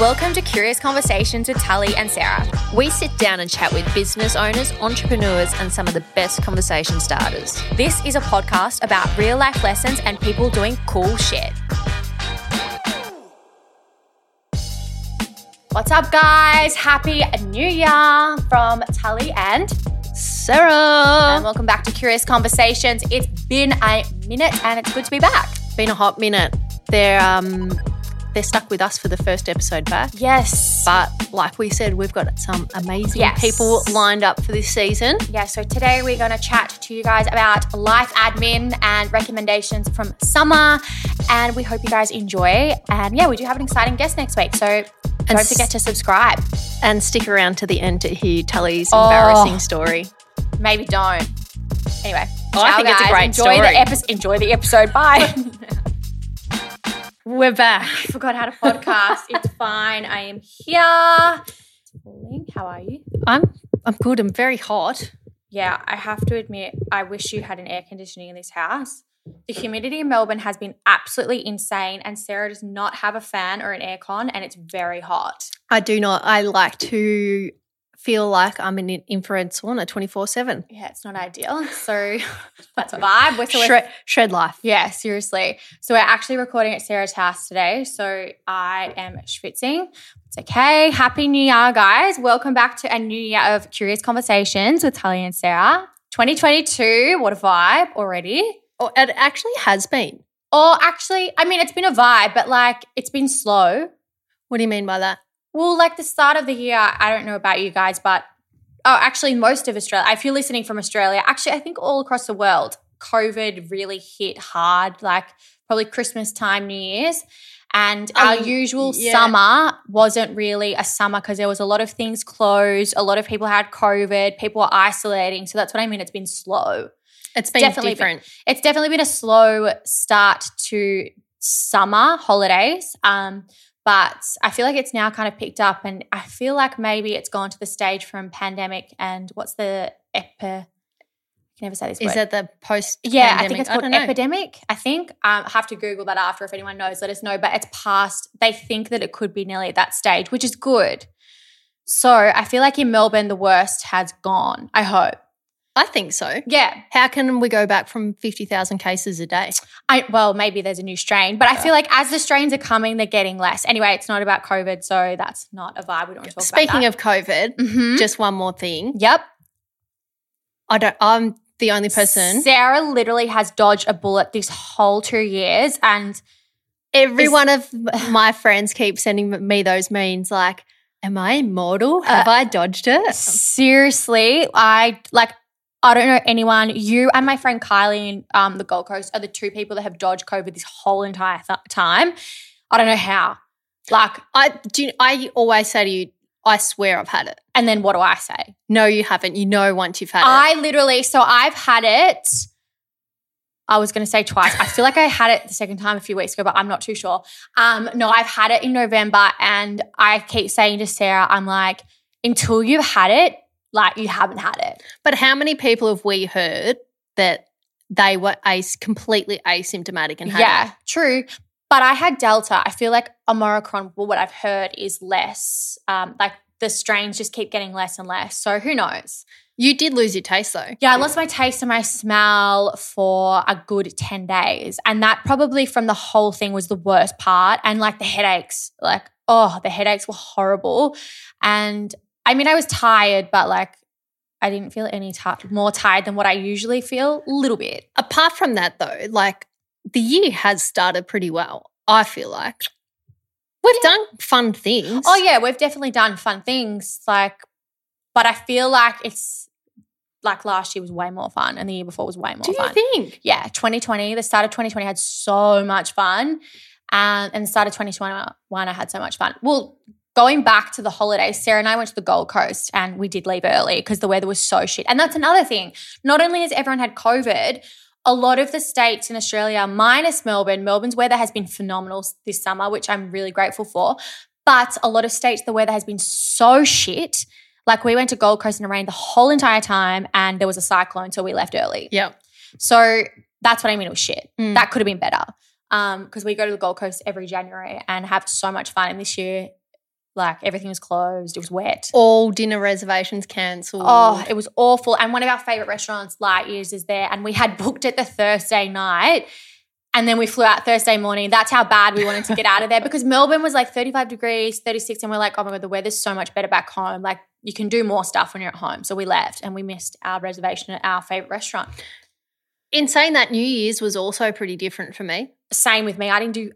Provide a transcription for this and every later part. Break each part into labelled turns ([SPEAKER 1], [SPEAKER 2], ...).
[SPEAKER 1] Welcome to Curious Conversations with Tully and Sarah.
[SPEAKER 2] We sit down and chat with business owners, entrepreneurs, and some of the best conversation starters.
[SPEAKER 1] This is a podcast about real life lessons and people doing cool shit. What's up, guys? Happy New Year from Tully and
[SPEAKER 2] Sarah!
[SPEAKER 1] and welcome back to Curious Conversations. It's been a minute and it's good to be back.
[SPEAKER 2] Been a hot minute. They're um, they're stuck with us for the first episode back.
[SPEAKER 1] Yes.
[SPEAKER 2] But like we said, we've got some amazing
[SPEAKER 1] Yes.
[SPEAKER 2] people lined up for this season.
[SPEAKER 1] Yeah, so today we're going to chat to you guys about life admin and recommendations from summer. And we hope you guys enjoy. And yeah, we do have an exciting guest next week. So don't
[SPEAKER 2] s-
[SPEAKER 1] forget to subscribe.
[SPEAKER 2] And stick around to the end to hear Tully's
[SPEAKER 1] Oh.
[SPEAKER 2] embarrassing story.
[SPEAKER 1] Maybe don't. Anyway,
[SPEAKER 2] Oh, I
[SPEAKER 1] ciao,
[SPEAKER 2] think it's a
[SPEAKER 1] guys.
[SPEAKER 2] great
[SPEAKER 1] enjoy
[SPEAKER 2] story.
[SPEAKER 1] The epi- enjoy the episode. Bye.
[SPEAKER 2] We're back.
[SPEAKER 1] Forgot how to podcast. it's fine. I am here. Link, How are you?
[SPEAKER 2] I'm I'm good. I'm very hot.
[SPEAKER 1] Yeah, I have to admit, I wish you had an air conditioning in this house. The humidity in Melbourne has been absolutely insane, and Sarah does not have a fan or an aircon, and it's very hot.
[SPEAKER 2] I do not. I like to feel like I'm in an infrared sauna 24 7.
[SPEAKER 1] Yeah, it's not ideal. So that's a vibe. We're, so we're-
[SPEAKER 2] Shred, shred life.
[SPEAKER 1] yeah, seriously. So we're actually recording at Sarah's house today. So I am schwitzing. It's okay. Happy New Year, guys. Welcome back to a new year of Curious Conversations with Tully and Sarah. 2022, what a vibe already.
[SPEAKER 2] Oh, it actually has been.
[SPEAKER 1] Or actually, I mean, it's been a vibe, but like it's been slow.
[SPEAKER 2] What do you mean by that?
[SPEAKER 1] Well, like the start of the year, I don't know about you guys, but oh, actually, most of Australia, if you're listening from Australia, actually, I think all across the world, COVID really hit hard, like probably Christmas time, New Year's. And our
[SPEAKER 2] Oh,
[SPEAKER 1] usual
[SPEAKER 2] yeah.
[SPEAKER 1] summer wasn't really a summer because there was a lot of things closed. A lot of people had COVID. People were isolating. So that's what I mean. It's been slow.
[SPEAKER 2] It's been
[SPEAKER 1] Definitely
[SPEAKER 2] different.
[SPEAKER 1] It's definitely been a slow start to summer holidays. Um, but I feel like it's now kind of picked up and I feel like maybe it's gone to the stage from pandemic and what's the epi I can never say this
[SPEAKER 2] Is
[SPEAKER 1] word.
[SPEAKER 2] that the post?
[SPEAKER 1] yeah, I think it's
[SPEAKER 2] pandemic?
[SPEAKER 1] called
[SPEAKER 2] don't know.
[SPEAKER 1] epidemic. I think um, I have to Google that after if anyone knows, let us know. But it's past. They think that it could be nearly at that stage, which is good. So I feel like in Melbourne, the worst has gone. I hope.
[SPEAKER 2] I think so.
[SPEAKER 1] Yeah,
[SPEAKER 2] How can we go back from 50,000 cases a day?
[SPEAKER 1] I well, maybe there's a new strain, but I feel like as the strains are coming, they're getting less. Anyway, it's not about COVID, so that's not a vibe. We don't want to talk
[SPEAKER 2] Speaking
[SPEAKER 1] about
[SPEAKER 2] of COVID,
[SPEAKER 1] that. Mm-hmm. Speaking of,
[SPEAKER 2] just one more thing.
[SPEAKER 1] yep,
[SPEAKER 2] I don't I'm the only person.
[SPEAKER 1] Sarah literally has dodged a bullet this whole two years, and
[SPEAKER 2] Every
[SPEAKER 1] is-
[SPEAKER 2] one of my friends keep sending me those memes like, am I immortal?
[SPEAKER 1] Uh,
[SPEAKER 2] Have I dodged it?
[SPEAKER 1] seriously, I like. I don't know anyone. You and my friend Kylie in um, the Gold Coast are the two people that have dodged COVID this whole entire th- time. I don't know how. Like,
[SPEAKER 2] I do you- I always say to you, I swear I've had it.
[SPEAKER 1] and then what do I say?
[SPEAKER 2] No, you haven't. You know once you've had it.
[SPEAKER 1] I literally, so I've had it. I was going to say twice. I feel like I had it the second time a few weeks ago, but I'm not too sure. Um, no, I've had it in November, and I keep saying to Sarah, I'm like, until you've had it, like you haven't had it.
[SPEAKER 2] But how many people have we heard that they were ace completely asymptomatic and had
[SPEAKER 1] yeah,
[SPEAKER 2] it?
[SPEAKER 1] true. But I had Delta. I feel like Omicron. Well, what I've heard is less. Um, like the strains just keep getting less and less. So who knows?
[SPEAKER 2] You did lose your taste though.
[SPEAKER 1] Yeah, I lost my taste and my smell for a good 10 days. And that probably from the whole thing was the worst part. And like the headaches, like, oh, the headaches were horrible. And I mean, I was tired, but like, I didn't feel any ti- more tired than what I usually feel, a little bit.
[SPEAKER 2] Apart from that though, like the year has started pretty well, I feel like. We've done fun things.
[SPEAKER 1] Oh, yeah, we've definitely done fun things. Like, but I feel like it's like last year was way more fun and the year before was way more
[SPEAKER 2] Do
[SPEAKER 1] fun.
[SPEAKER 2] you think?
[SPEAKER 1] yeah, 2020, the start of 2020 I had so much fun. Um, and the start of 2021, I had so much fun. Well, going back to the holidays, Sarah and I went to the Gold Coast and we did leave early because the weather was so shit. And that's another thing. Not only has everyone had COVID, a lot of the states in Australia, minus Melbourne, Melbourne's weather has been phenomenal s- this summer, which I'm really grateful for. But a lot of states, the weather has been so shit. Like we went to Gold Coast and it rained the whole entire time and there was a cyclone, so we left early.
[SPEAKER 2] Yeah.
[SPEAKER 1] So that's what I mean. It was shit.
[SPEAKER 2] Mm.
[SPEAKER 1] That could have been better. Um, because we go to the Gold Coast every January and have so much fun. And this year, like everything was closed. It was wet.
[SPEAKER 2] All dinner reservations cancelled.
[SPEAKER 1] Oh, it was awful. And one of our favorite restaurants, Light Years, is there. And we had booked it the Thursday night. And then we flew out Thursday morning. That's how bad we wanted to get out of there because Melbourne was like 35 degrees, 36. And we're like, oh my God, the weather's so much better back home. Like you can do more stuff when you're at home. So we left and we missed our reservation at our favorite restaurant.
[SPEAKER 2] in saying that, New Year's was also pretty different for me.
[SPEAKER 1] same with me. I didn't do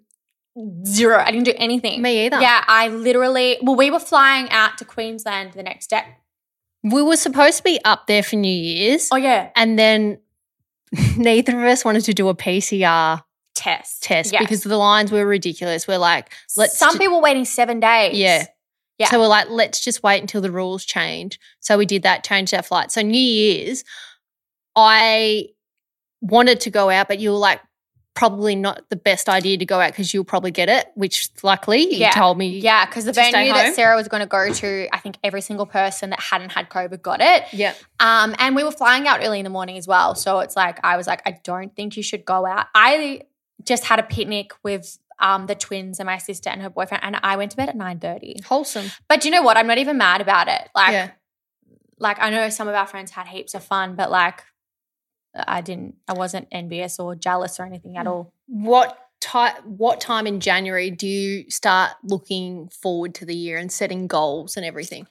[SPEAKER 1] zero. I didn't do anything.
[SPEAKER 2] Me either.
[SPEAKER 1] Yeah, I literally. Well, we were flying out to Queensland the next day.
[SPEAKER 2] We were supposed to be up there for New Year's,
[SPEAKER 1] Oh yeah,
[SPEAKER 2] and then neither of us wanted to do a PCR
[SPEAKER 1] test
[SPEAKER 2] test
[SPEAKER 1] Yeah.
[SPEAKER 2] because the lines were ridiculous. We're like, let's
[SPEAKER 1] some
[SPEAKER 2] ju-
[SPEAKER 1] people were waiting seven days.
[SPEAKER 2] Yeah.
[SPEAKER 1] Yeah.
[SPEAKER 2] So we're like, let's just wait until the rules change. So we did that, changed our flight. So New Year's, I wanted to go out, but you were like, probably not the best idea to go out because you'll probably get it, which luckily you
[SPEAKER 1] Yeah.
[SPEAKER 2] told me.
[SPEAKER 1] Yeah, because the
[SPEAKER 2] To stay
[SPEAKER 1] venue
[SPEAKER 2] home?
[SPEAKER 1] that Sarah was going to go to, I think every single person that hadn't had COVID got it.
[SPEAKER 2] Yeah.
[SPEAKER 1] Um, and we were flying out early in the morning as well. So it's like, I was like, I don't think you should go out. I just had a picnic with um, the twins and my sister and her boyfriend, and I went to bed at 9.30.
[SPEAKER 2] Wholesome.
[SPEAKER 1] But do you know what? I'm not even mad about it. Like,
[SPEAKER 2] yeah.
[SPEAKER 1] like I know some of our friends had heaps of fun, but like I didn't, I wasn't envious or jealous or anything
[SPEAKER 2] Mm.
[SPEAKER 1] at all.
[SPEAKER 2] What type what time in January do you start looking forward to the year and setting goals and everything?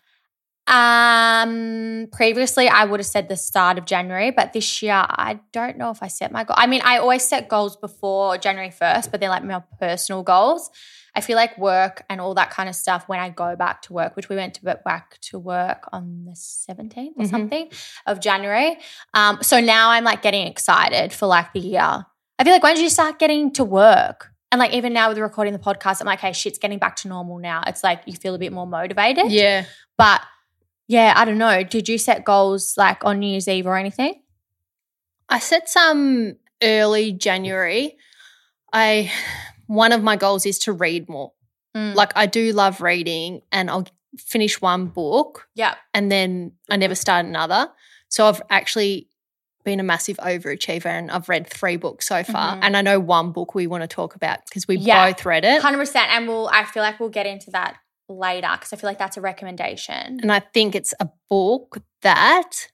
[SPEAKER 1] Um, previously I would have said the start of January, but this year I don't know if I set my goal. I mean, I always set goals before January 1st, but they're like my personal goals. I feel like work and all that kind of stuff when I go back to work, which we went to back to work on the 17th or
[SPEAKER 2] Mhm.
[SPEAKER 1] something of January. Um, so now I'm like getting excited for like the year. I feel like once you start getting to work, and like even now with recording the podcast, I'm like, hey, shit's getting back to normal now. It's like you feel a bit more motivated.
[SPEAKER 2] Yeah.
[SPEAKER 1] But yeah, I don't know. Did you set goals like on New Year's Eve or anything?
[SPEAKER 2] I set some early January. I one of my goals is to read more.
[SPEAKER 1] Mm,
[SPEAKER 2] Like I do love reading and I'll finish one book
[SPEAKER 1] yeah.
[SPEAKER 2] and then I never start another. So I've actually been a massive overachiever and I've read three books so far.
[SPEAKER 1] Mhm.
[SPEAKER 2] And I know one book we want to talk about because we
[SPEAKER 1] Yeah.
[SPEAKER 2] both read it.
[SPEAKER 1] 100%. And we'll, I feel like we'll get into that later because I feel like that's a recommendation.
[SPEAKER 2] And I think it's a book that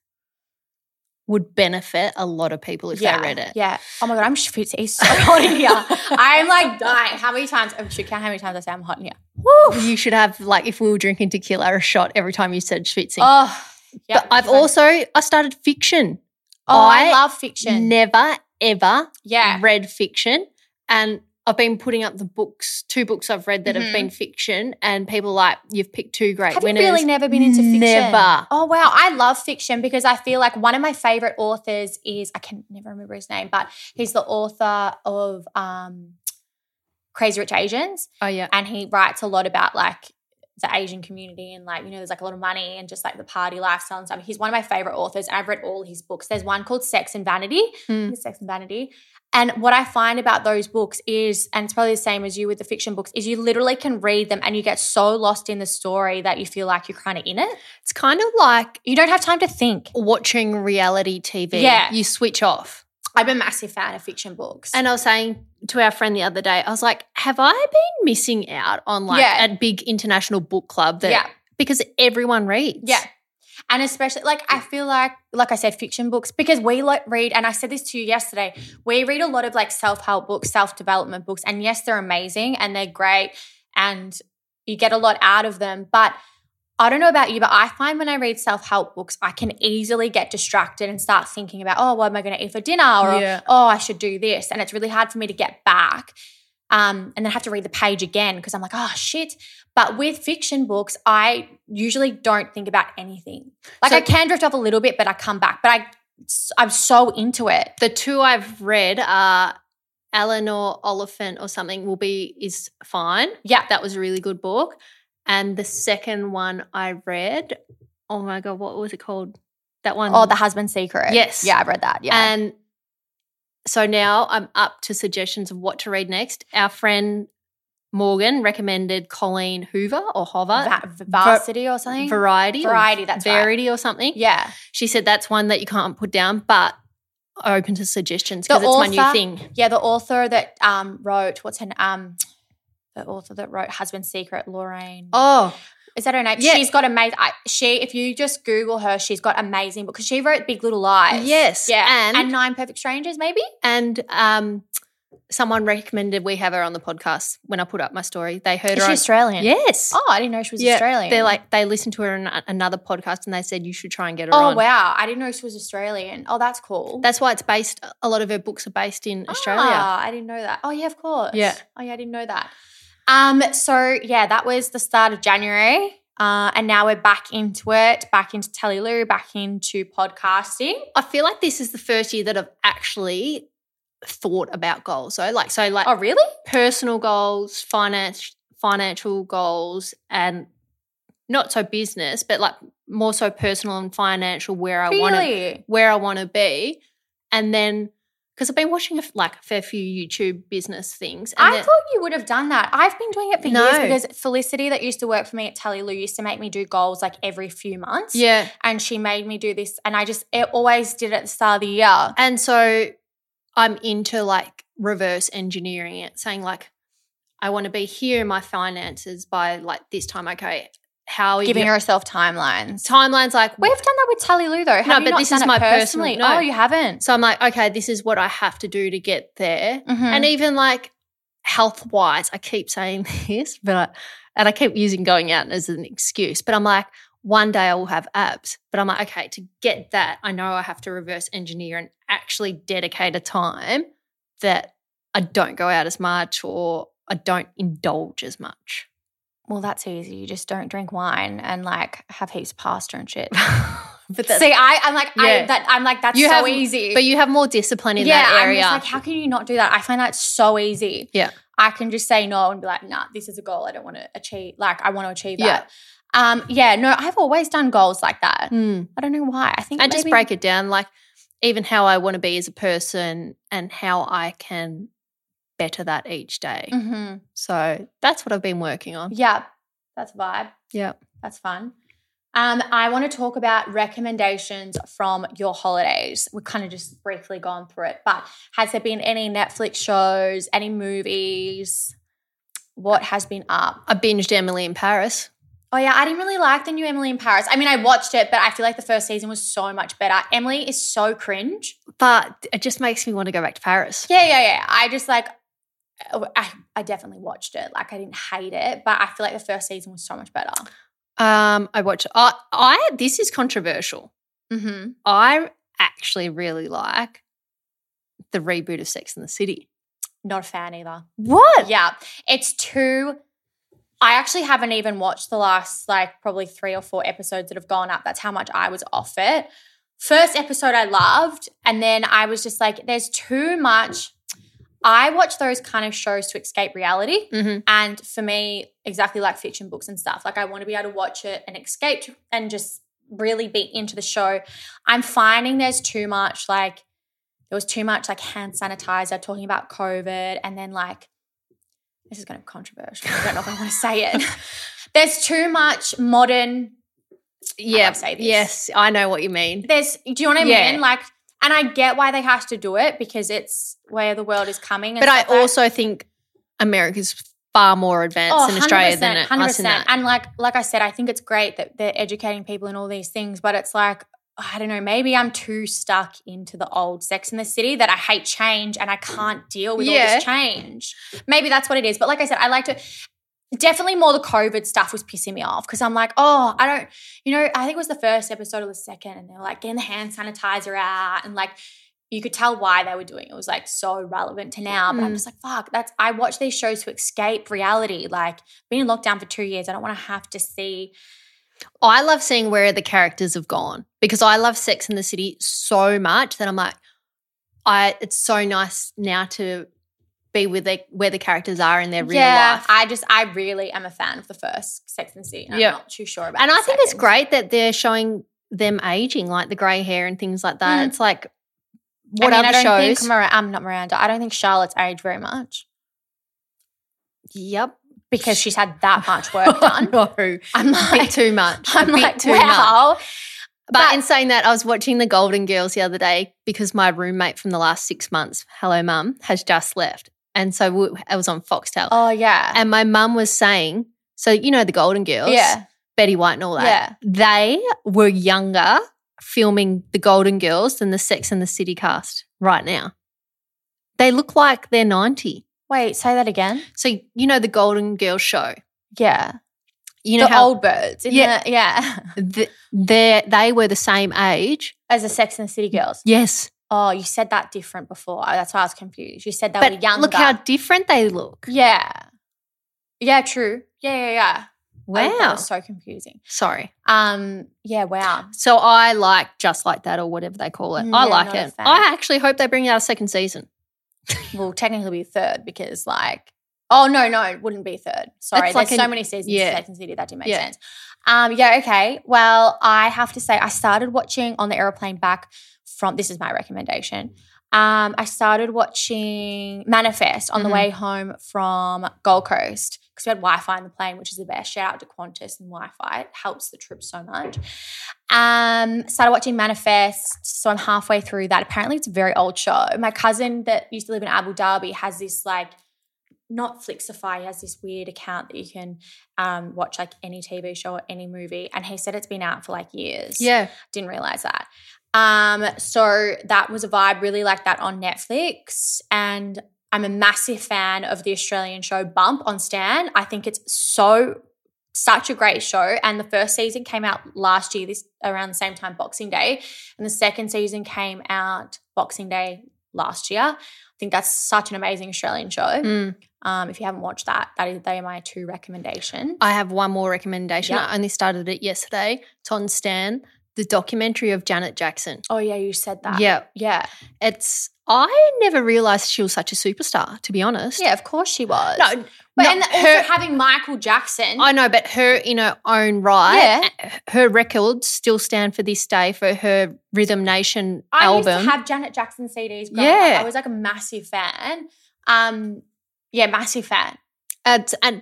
[SPEAKER 2] would benefit a lot of people if
[SPEAKER 1] yeah,
[SPEAKER 2] they read it.
[SPEAKER 1] Yeah. Oh my God, I'm schwitzy. It's so hot in here. I'm like dying. How many times? I should count how many times I say I'm hot in here. Woo.
[SPEAKER 2] You should have like if we were drinking tequila a shot every time you said schwitzing.
[SPEAKER 1] Oh, yeah.
[SPEAKER 2] but I've
[SPEAKER 1] So-
[SPEAKER 2] also I started fiction.
[SPEAKER 1] oh, I,
[SPEAKER 2] I
[SPEAKER 1] love fiction.
[SPEAKER 2] Never ever
[SPEAKER 1] yeah.
[SPEAKER 2] read fiction, and I've been putting up the books, two books I've read that have been fiction, and people are like you've picked two great
[SPEAKER 1] Mm-hmm. Have you
[SPEAKER 2] winners.
[SPEAKER 1] really never been into fiction?
[SPEAKER 2] Never.
[SPEAKER 1] Oh wow, I love fiction because I feel like one of my favorite authors is I can never remember his name, but he's the author of um, Crazy Rich Asians,
[SPEAKER 2] oh yeah,
[SPEAKER 1] and he writes a lot about like the Asian community and like you know there's like a lot of money and just like the party lifestyle and stuff. He's one of my favorite authors. I've read all his books. There's one called Sex and Vanity.
[SPEAKER 2] Mm.
[SPEAKER 1] It's Sex and Vanity. And what I find about those books is, and it's probably the same as you with the fiction books, is you literally can read them and you get so lost in the story that you feel like you're kind of in it.
[SPEAKER 2] it's kind of like
[SPEAKER 1] You don't have time to think.
[SPEAKER 2] watching reality TV.
[SPEAKER 1] Yeah.
[SPEAKER 2] you switch off.
[SPEAKER 1] I'm a massive fan of fiction books.
[SPEAKER 2] And I was saying to our friend the other day, I was like, have I been missing out on like
[SPEAKER 1] Yeah.
[SPEAKER 2] a big international book club that
[SPEAKER 1] Yeah.
[SPEAKER 2] because everyone reads.
[SPEAKER 1] Yeah. And especially, like, I feel like, like I said, fiction books, because we like read, and I said this to you yesterday, we read a lot of like self help books, self development books. And yes, they're amazing and they're great and you get a lot out of them. But I don't know about you, but I find when I read self help books, I can easily get distracted and start thinking about, oh, what am I going to eat for dinner? Or,
[SPEAKER 2] Yeah.
[SPEAKER 1] oh, I should do this. And it's really hard for me to get back. um, and then have to read the page again because I'm like, oh shit. But with fiction books, I usually don't think about anything. Like
[SPEAKER 2] So-
[SPEAKER 1] I can drift off a little bit, but I come back. But I, I'm so into it.
[SPEAKER 2] The two I've read are Eleanor Oliphant or something will be is fine.
[SPEAKER 1] Yeah.
[SPEAKER 2] That was a really good book. And the second one I read, oh my god, what was it called? That one.
[SPEAKER 1] Oh, the husband's secret.
[SPEAKER 2] Yes.
[SPEAKER 1] Yeah, I've read that. Yeah.
[SPEAKER 2] And so now I'm up to suggestions of what to read next. Our friend Morgan recommended Colleen Hoover or Hover
[SPEAKER 1] Va- varsity or something.
[SPEAKER 2] Variety, or
[SPEAKER 1] Variety, that's right.
[SPEAKER 2] Verity or something.
[SPEAKER 1] yeah.
[SPEAKER 2] She said that's one that you can't put down, but are open to suggestions because
[SPEAKER 1] The
[SPEAKER 2] it's my new
[SPEAKER 1] author-
[SPEAKER 2] thing.
[SPEAKER 1] Yeah, the author that um wrote what's her um the author that wrote Husband's Secret, Lorraine.
[SPEAKER 2] Oh,
[SPEAKER 1] Is that her name?
[SPEAKER 2] Yeah.
[SPEAKER 1] She's got amazing. She, if you just Google her, she's got amazing because she wrote Big Little Lies.
[SPEAKER 2] Yes,
[SPEAKER 1] yeah,
[SPEAKER 2] and-
[SPEAKER 1] and, Nine Perfect Strangers, maybe.
[SPEAKER 2] and um, someone recommended we have her on the podcast when I put up my story. They
[SPEAKER 1] Is
[SPEAKER 2] heard her.
[SPEAKER 1] she
[SPEAKER 2] on-
[SPEAKER 1] Australian?
[SPEAKER 2] Yes.
[SPEAKER 1] Oh, I didn't know she was
[SPEAKER 2] Yeah,
[SPEAKER 1] Australian.
[SPEAKER 2] They're like they listened to her in a- another podcast and they said you should try and get her
[SPEAKER 1] oh
[SPEAKER 2] on.
[SPEAKER 1] wow, I didn't know she was Australian. Oh, that's cool.
[SPEAKER 2] That's why it's based. A lot of her books are based in Australia.
[SPEAKER 1] Ah, I didn't know that. Oh yeah, of course.
[SPEAKER 2] Yeah.
[SPEAKER 1] Oh yeah, I didn't know that. Um, so yeah, that was the start of January. Uh, and now we're back into it, back into Telly Lou, back into podcasting.
[SPEAKER 2] I feel like this is the first year that I've actually thought about goals. So like, so like
[SPEAKER 1] Oh, really?
[SPEAKER 2] personal goals, finance, financial goals, and not so business, but like more so personal and financial where I want to
[SPEAKER 1] really?
[SPEAKER 2] where I want to be, and then because I've been watching a, f- like a fair few YouTube business things. And
[SPEAKER 1] I
[SPEAKER 2] then-
[SPEAKER 1] thought you would have done that. I've been doing it for
[SPEAKER 2] No.
[SPEAKER 1] years because Felicity, that used to work for me at Telly Lou, used to make me do goals like every few months.
[SPEAKER 2] yeah,
[SPEAKER 1] And she made me do this. And I just, it always did it at the start of the year.
[SPEAKER 2] And so I'm into like reverse engineering it, saying like, I want to be here in my finances by like this time. Okay, how are
[SPEAKER 1] Giving
[SPEAKER 2] you?
[SPEAKER 1] herself timelines.
[SPEAKER 2] timelines like
[SPEAKER 1] We've done that with Tally Lou though. Have
[SPEAKER 2] No,
[SPEAKER 1] you
[SPEAKER 2] but
[SPEAKER 1] not
[SPEAKER 2] this
[SPEAKER 1] done
[SPEAKER 2] is
[SPEAKER 1] it
[SPEAKER 2] my personal-
[SPEAKER 1] personally.
[SPEAKER 2] no.
[SPEAKER 1] Oh, you haven't.
[SPEAKER 2] So I'm like, okay, this is what I have to do to get there.
[SPEAKER 1] Mhm.
[SPEAKER 2] And even like health wise, I keep saying this, but I, and I keep using going out as an excuse. But I'm like, one day I will have abs. But I'm like, okay, to get that, I know I have to reverse engineer and actually dedicate a time that I don't go out as much or I don't indulge as much.
[SPEAKER 1] well, that's easy. You just don't drink wine and like have heaps of pasta and shit.
[SPEAKER 2] but that's,
[SPEAKER 1] See, I, I'm like,
[SPEAKER 2] Yeah.
[SPEAKER 1] I, that, I'm like, that's
[SPEAKER 2] You
[SPEAKER 1] so
[SPEAKER 2] have-
[SPEAKER 1] easy.
[SPEAKER 2] but you have more discipline in
[SPEAKER 1] yeah,
[SPEAKER 2] that
[SPEAKER 1] I'm
[SPEAKER 2] area.
[SPEAKER 1] just like, how can you not do that? I find that so easy.
[SPEAKER 2] Yeah.
[SPEAKER 1] I can just say no and be like, nah, this is a goal. I don't want to achieve. Like, I want to achieve
[SPEAKER 2] Yeah.
[SPEAKER 1] that. Um, yeah, no, I've always done goals like that.
[SPEAKER 2] Hmm.
[SPEAKER 1] I don't know why. I think
[SPEAKER 2] I just
[SPEAKER 1] maybe-
[SPEAKER 2] break it down, like even how I want to be as a person and how I can better that each day.
[SPEAKER 1] Mhm.
[SPEAKER 2] So that's what I've been working on.
[SPEAKER 1] Yeah, that's a vibe.
[SPEAKER 2] Yeah.
[SPEAKER 1] That's fun. Um, I want to talk about recommendations from your holidays. We've kind of just briefly gone through it, but has there been any Netflix shows, any movies? What has been up?
[SPEAKER 2] I binged Emily in Paris.
[SPEAKER 1] Oh, yeah, I didn't really like the new Emily in Paris. I mean, I watched it, but I feel like the first season was so much better. Emily is so cringe.
[SPEAKER 2] But it just makes me want to go back to Paris.
[SPEAKER 1] Yeah, yeah, yeah. I just like, I, I definitely watched it. Like, I didn't hate it, but I feel like the first season was so much better.
[SPEAKER 2] Um, I watch I I this is controversial.
[SPEAKER 1] Mm-hmm.
[SPEAKER 2] I actually really like the reboot of Sex and the City.
[SPEAKER 1] Not a fan either.
[SPEAKER 2] What?
[SPEAKER 1] Yeah. It's too. I actually haven't even watched the last, like, probably three or four episodes that have gone up. That's how much I was off it. First episode I loved. And then I was just like, there's too much. I watch those kind of shows to escape reality.
[SPEAKER 2] hmm
[SPEAKER 1] And for me, exactly like fiction books and stuff, like I want to be able to watch it and escape to- and just really be into the show. I'm finding there's too much, like, there was too much like hand sanitizer talking about COVID. And then, like, this is going to be controversial. I don't know if I want to say it. There's too much modern
[SPEAKER 2] Yeah.
[SPEAKER 1] I say this?
[SPEAKER 2] Yes, I know what you mean.
[SPEAKER 1] there's do you know what I
[SPEAKER 2] Yeah.
[SPEAKER 1] mean? Like, and I get why they have to do it because it's where the world is coming. and
[SPEAKER 2] But I
[SPEAKER 1] stuff like-
[SPEAKER 2] also think America's far more advanced
[SPEAKER 1] Oh,
[SPEAKER 2] in Australia than
[SPEAKER 1] 100%,
[SPEAKER 2] us in that.
[SPEAKER 1] And like like I said, I think it's great that they're educating people in all these things, but it's like I don't know, maybe I'm too stuck into the old Sex in the City that I hate change and I can't deal with all
[SPEAKER 2] Yeah.
[SPEAKER 1] this change. Maybe that's what it is. But like I said, I like to definitely more the COVID stuff was pissing me off because I'm like, oh, I don't, you know, I think it was the first episode or the second, and they were like getting the hand sanitizer out and like you could tell why they were doing it. It was like so relevant to now. But I'm
[SPEAKER 2] Mm.
[SPEAKER 1] just like, fuck, that's I watch these shows to escape reality. Like been in lockdown for two years. I don't want to have to see
[SPEAKER 2] I love seeing where the characters have gone because I love Sex in the City so much that I'm like, I it's so nice now to be with the, where the characters are in their real life.
[SPEAKER 1] I just I really am a fan of the first Sex and the City. And
[SPEAKER 2] Yeah.
[SPEAKER 1] I'm not too sure about
[SPEAKER 2] and
[SPEAKER 1] the
[SPEAKER 2] I think it's
[SPEAKER 1] second.
[SPEAKER 2] great that they're showing them aging, like the grey hair and things like that.
[SPEAKER 1] Mm.
[SPEAKER 2] It's like
[SPEAKER 1] I
[SPEAKER 2] what
[SPEAKER 1] mean, I
[SPEAKER 2] other
[SPEAKER 1] don't
[SPEAKER 2] shows?
[SPEAKER 1] Think Mir- I'm not Miranda. I don't think Charlotte's aged very much
[SPEAKER 2] yep,
[SPEAKER 1] because she's had that much work done.
[SPEAKER 2] no,
[SPEAKER 1] I'm
[SPEAKER 2] a Oh, bit
[SPEAKER 1] like,
[SPEAKER 2] too much.
[SPEAKER 1] I'm
[SPEAKER 2] a bit
[SPEAKER 1] like,
[SPEAKER 2] too much.
[SPEAKER 1] wow.
[SPEAKER 2] But,
[SPEAKER 1] But-
[SPEAKER 2] in saying that, I was watching The Golden Girls the other day because my roommate from the last six months, hello mum, has just left, and so we, I was on Foxtel,
[SPEAKER 1] Oh yeah,
[SPEAKER 2] and my mum was saying, so you know the Golden Girls,
[SPEAKER 1] yeah.
[SPEAKER 2] Betty White and all that, they were younger filming the Golden Girls than the Sex and the City cast right now. They look like they're ninety.
[SPEAKER 1] Wait, say that again.
[SPEAKER 2] So you know the Golden Girls show.
[SPEAKER 1] Yeah,
[SPEAKER 2] You know
[SPEAKER 1] the
[SPEAKER 2] how
[SPEAKER 1] old birds.
[SPEAKER 2] Yeah.
[SPEAKER 1] Yeah, yeah.
[SPEAKER 2] th- they they were the same age.
[SPEAKER 1] As the Sex and the City girls.
[SPEAKER 2] Yes,
[SPEAKER 1] Oh, you said that different before. Oh, That's why I was confused. You said they were
[SPEAKER 2] but
[SPEAKER 1] younger.
[SPEAKER 2] look how different they look.
[SPEAKER 1] Yeah. Yeah. True. Yeah. Yeah. Yeah. I- that
[SPEAKER 2] Wow.
[SPEAKER 1] was so confusing.
[SPEAKER 2] Sorry.
[SPEAKER 1] Um. Yeah. Wow.
[SPEAKER 2] So I like just like that or whatever they call it.
[SPEAKER 1] Mm,
[SPEAKER 2] I
[SPEAKER 1] yeah,
[SPEAKER 2] like
[SPEAKER 1] not a
[SPEAKER 2] it.
[SPEAKER 1] fan.
[SPEAKER 2] I actually hope they bring out a second season.
[SPEAKER 1] Well, technically be third because like. Oh no, no, it wouldn't be third. Sorry,
[SPEAKER 2] It's like
[SPEAKER 1] there's
[SPEAKER 2] an-
[SPEAKER 1] so many seasons
[SPEAKER 2] yeah.
[SPEAKER 1] of Sex and the City that didn't make
[SPEAKER 2] Yeah.
[SPEAKER 1] sense. Um, yeah, okay. Well, I have to say, I started watching on the airplane back from. This is my recommendation. Um, I started watching Manifest on
[SPEAKER 2] Mhm.
[SPEAKER 1] the way home from Gold Coast because we had Wi Fi in the plane, which is the best. Shout out to Qantas and Wi Fi. It helps the trip so much. Um, started watching Manifest, so I'm halfway through that. Apparently, it's a very old show. My cousin that used to live in Abu Dhabi has this like not Flixify. He has this weird account that you can um, watch like any TV show or any movie, and he said it's been out for like years. didn't realize that. Um, so that was a vibe. Really liked that on Netflix, and I'm a massive fan of the Australian show Bump on Stan. I think it's so such a great show. And the first season came out last year, this around the same time Boxing Day, and the second season came out Boxing Day last year. I think that's such an amazing Australian show.
[SPEAKER 2] Mm.
[SPEAKER 1] Um, if you haven't watched that, that is they are my two recommendations.
[SPEAKER 2] I have one more recommendation.
[SPEAKER 1] Yeah.
[SPEAKER 2] I only started it yesterday. It's on Stan, the documentary of Janet Jackson.
[SPEAKER 1] oh yeah, you said that.
[SPEAKER 2] Yeah.
[SPEAKER 1] yeah,
[SPEAKER 2] It's I never realized she was such a superstar, to be honest.
[SPEAKER 1] yeah. Of course she was.
[SPEAKER 2] No,
[SPEAKER 1] But
[SPEAKER 2] no,
[SPEAKER 1] and also
[SPEAKER 2] her,
[SPEAKER 1] having Michael Jackson.
[SPEAKER 2] I know, but her in her own right, her records still stand for this day for her Rhythm Nation
[SPEAKER 1] I
[SPEAKER 2] album.
[SPEAKER 1] used to have Janet Jackson CDs. Growing yeah,
[SPEAKER 2] Yeah.
[SPEAKER 1] up. I was like a massive fan. Um, yeah, massive fan.
[SPEAKER 2] and, and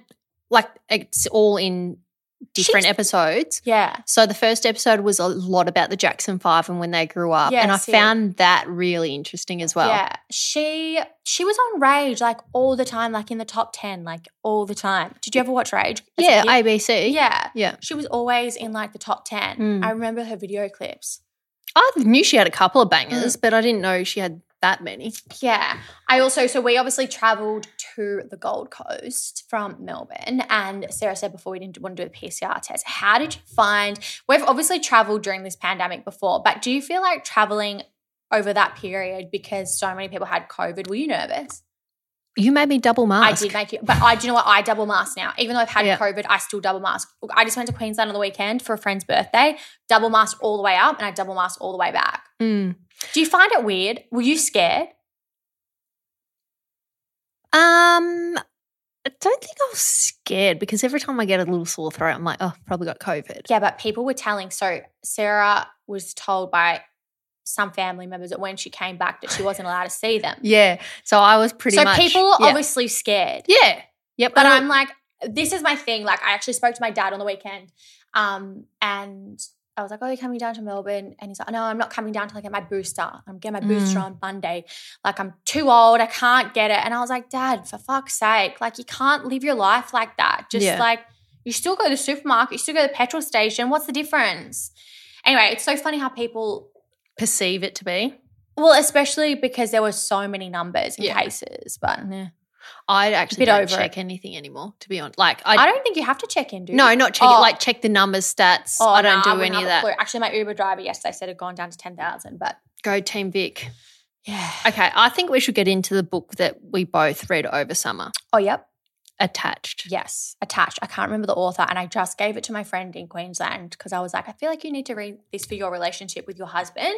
[SPEAKER 2] like it's all in different
[SPEAKER 1] She's-
[SPEAKER 2] episodes.
[SPEAKER 1] Yeah,
[SPEAKER 2] So the first episode was a lot about the Jackson Five and when they grew up, and I
[SPEAKER 1] Yes, yeah.
[SPEAKER 2] found that really interesting as well.
[SPEAKER 1] yeah. She she was on Rage like all the time, like in the top ten, like all the time. Did you ever watch Rage? as a
[SPEAKER 2] Yeah,
[SPEAKER 1] kid?
[SPEAKER 2] ABC.
[SPEAKER 1] yeah.
[SPEAKER 2] yeah.
[SPEAKER 1] She was always in like the top ten.
[SPEAKER 2] Mm.
[SPEAKER 1] I remember her video clips.
[SPEAKER 2] I knew she had a couple of bangers,
[SPEAKER 1] Mm.
[SPEAKER 2] but I didn't know she had that many.
[SPEAKER 1] Yeah. I also, so we obviously traveled to the Gold Coast from Melbourne. And Sarah said before we didn't want to do the PCR test. How did you find? We've obviously traveled during this pandemic before, but do you feel like traveling over that period because so many people had COVID? Were you nervous?
[SPEAKER 2] You made me double
[SPEAKER 1] I
[SPEAKER 2] mask.
[SPEAKER 1] did make it, but I do you know what? I double mask now. Even though I've had
[SPEAKER 2] Yeah.
[SPEAKER 1] COVID, I still double mask. Look, I just went to Queensland on the weekend for a friend's birthday, double mask all the way up, and I double mask all the way back.
[SPEAKER 2] Mm.
[SPEAKER 1] Do you find it weird? Were you scared?
[SPEAKER 2] Um, I don't think I was scared because every time I get a little sore throat, I'm like, oh, probably got COVID.
[SPEAKER 1] Yeah, but people were telling. So Sarah was told by some family members that when she came back that she wasn't allowed to see them.
[SPEAKER 2] Yeah. So I was pretty
[SPEAKER 1] so
[SPEAKER 2] much.
[SPEAKER 1] people are
[SPEAKER 2] yeah.
[SPEAKER 1] obviously scared.
[SPEAKER 2] Yeah. Yep.
[SPEAKER 1] But
[SPEAKER 2] I-
[SPEAKER 1] I'm like, this is my thing. Like, I actually spoke to my dad on the weekend, um, and I was like, "Oh, you're coming down to Melbourne?" And he's like, "No, I'm not coming down till I get my booster. I'm getting my booster
[SPEAKER 2] Mm.
[SPEAKER 1] on Monday. Like, I'm too old. I can't get it." And I was like, "Dad, for fuck's sake! Like, you can't live your life like that. Just
[SPEAKER 2] Yeah.
[SPEAKER 1] like, you still go to the supermarket, you still go to the petrol station. What's the difference?" Anyway, it's so funny how people
[SPEAKER 2] perceive it to be.
[SPEAKER 1] well, especially because there were so many numbers and
[SPEAKER 2] Yeah.
[SPEAKER 1] cases, but
[SPEAKER 2] I actually
[SPEAKER 1] bit
[SPEAKER 2] don't
[SPEAKER 1] over
[SPEAKER 2] check anything anymore, to be honest. Like, I,
[SPEAKER 1] I don't think you have to check in, do you?
[SPEAKER 2] no, not check it.
[SPEAKER 1] Oh.
[SPEAKER 2] Like, check the numbers, stats. I don't
[SPEAKER 1] nah,
[SPEAKER 2] do
[SPEAKER 1] wouldn't
[SPEAKER 2] any of
[SPEAKER 1] have a
[SPEAKER 2] that.
[SPEAKER 1] clue. Actually, my Uber driver yesterday said it had gone down to 10,000, but
[SPEAKER 2] Go Team Vic.
[SPEAKER 1] Yeah.
[SPEAKER 2] Okay, I think we should get into the book that we both read over summer,
[SPEAKER 1] Oh, yep.
[SPEAKER 2] Attached.
[SPEAKER 1] Yes. Attached. I can't remember the author. And I just gave it to my friend in Queensland because I was like, I feel like you need to read this for your relationship with your husband.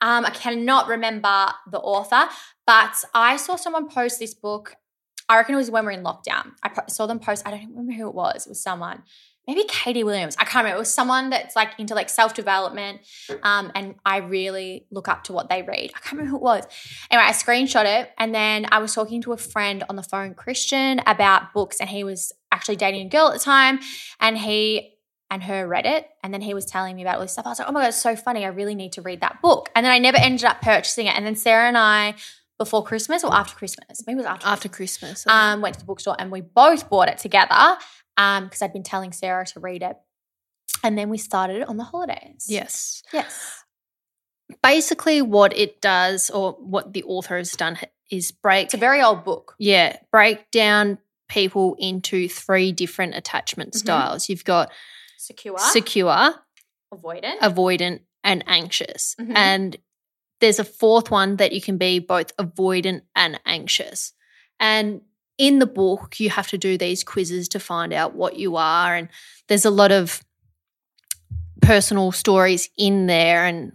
[SPEAKER 1] Um, I cannot remember the author, but I saw someone post this book. I reckon it was when we were in lockdown. I pro- saw them post, I don't remember who it was. It was someone, maybe Katie Williams. I can't remember. It was someone that's like into like self development. Um, and I really look up to what they read. I can't remember who it was. Anyway, I screenshot it. And then I was talking to a friend on the phone, Christian, about books. And he was actually dating a girl at the time. And he and her read it. And then he was telling me about all this stuff. I was like, oh my God, it's so funny. I really need to read that book. And then I never ended up purchasing it. And then Sarah and I, before Christmas or after Christmas, maybe it was after
[SPEAKER 2] After Christmas. I
[SPEAKER 1] um, went to the bookstore and we both bought it together because I'd been telling Sarah to read it. And then we started it on the holidays.
[SPEAKER 2] think. yes.
[SPEAKER 1] Yes.
[SPEAKER 2] Basically, what it does or what the author has done is break
[SPEAKER 1] It's a very old book.
[SPEAKER 2] Yeah, break down people into three different attachment
[SPEAKER 1] Mhm.
[SPEAKER 2] styles. You've got
[SPEAKER 1] Secure,
[SPEAKER 2] secure,
[SPEAKER 1] avoidant.
[SPEAKER 2] avoidant, and anxious.
[SPEAKER 1] Mhm.
[SPEAKER 2] And there's a fourth one that you can be both avoidant and anxious. And in the book, you have to do these quizzes to find out what you are. And there's a lot of personal stories in there and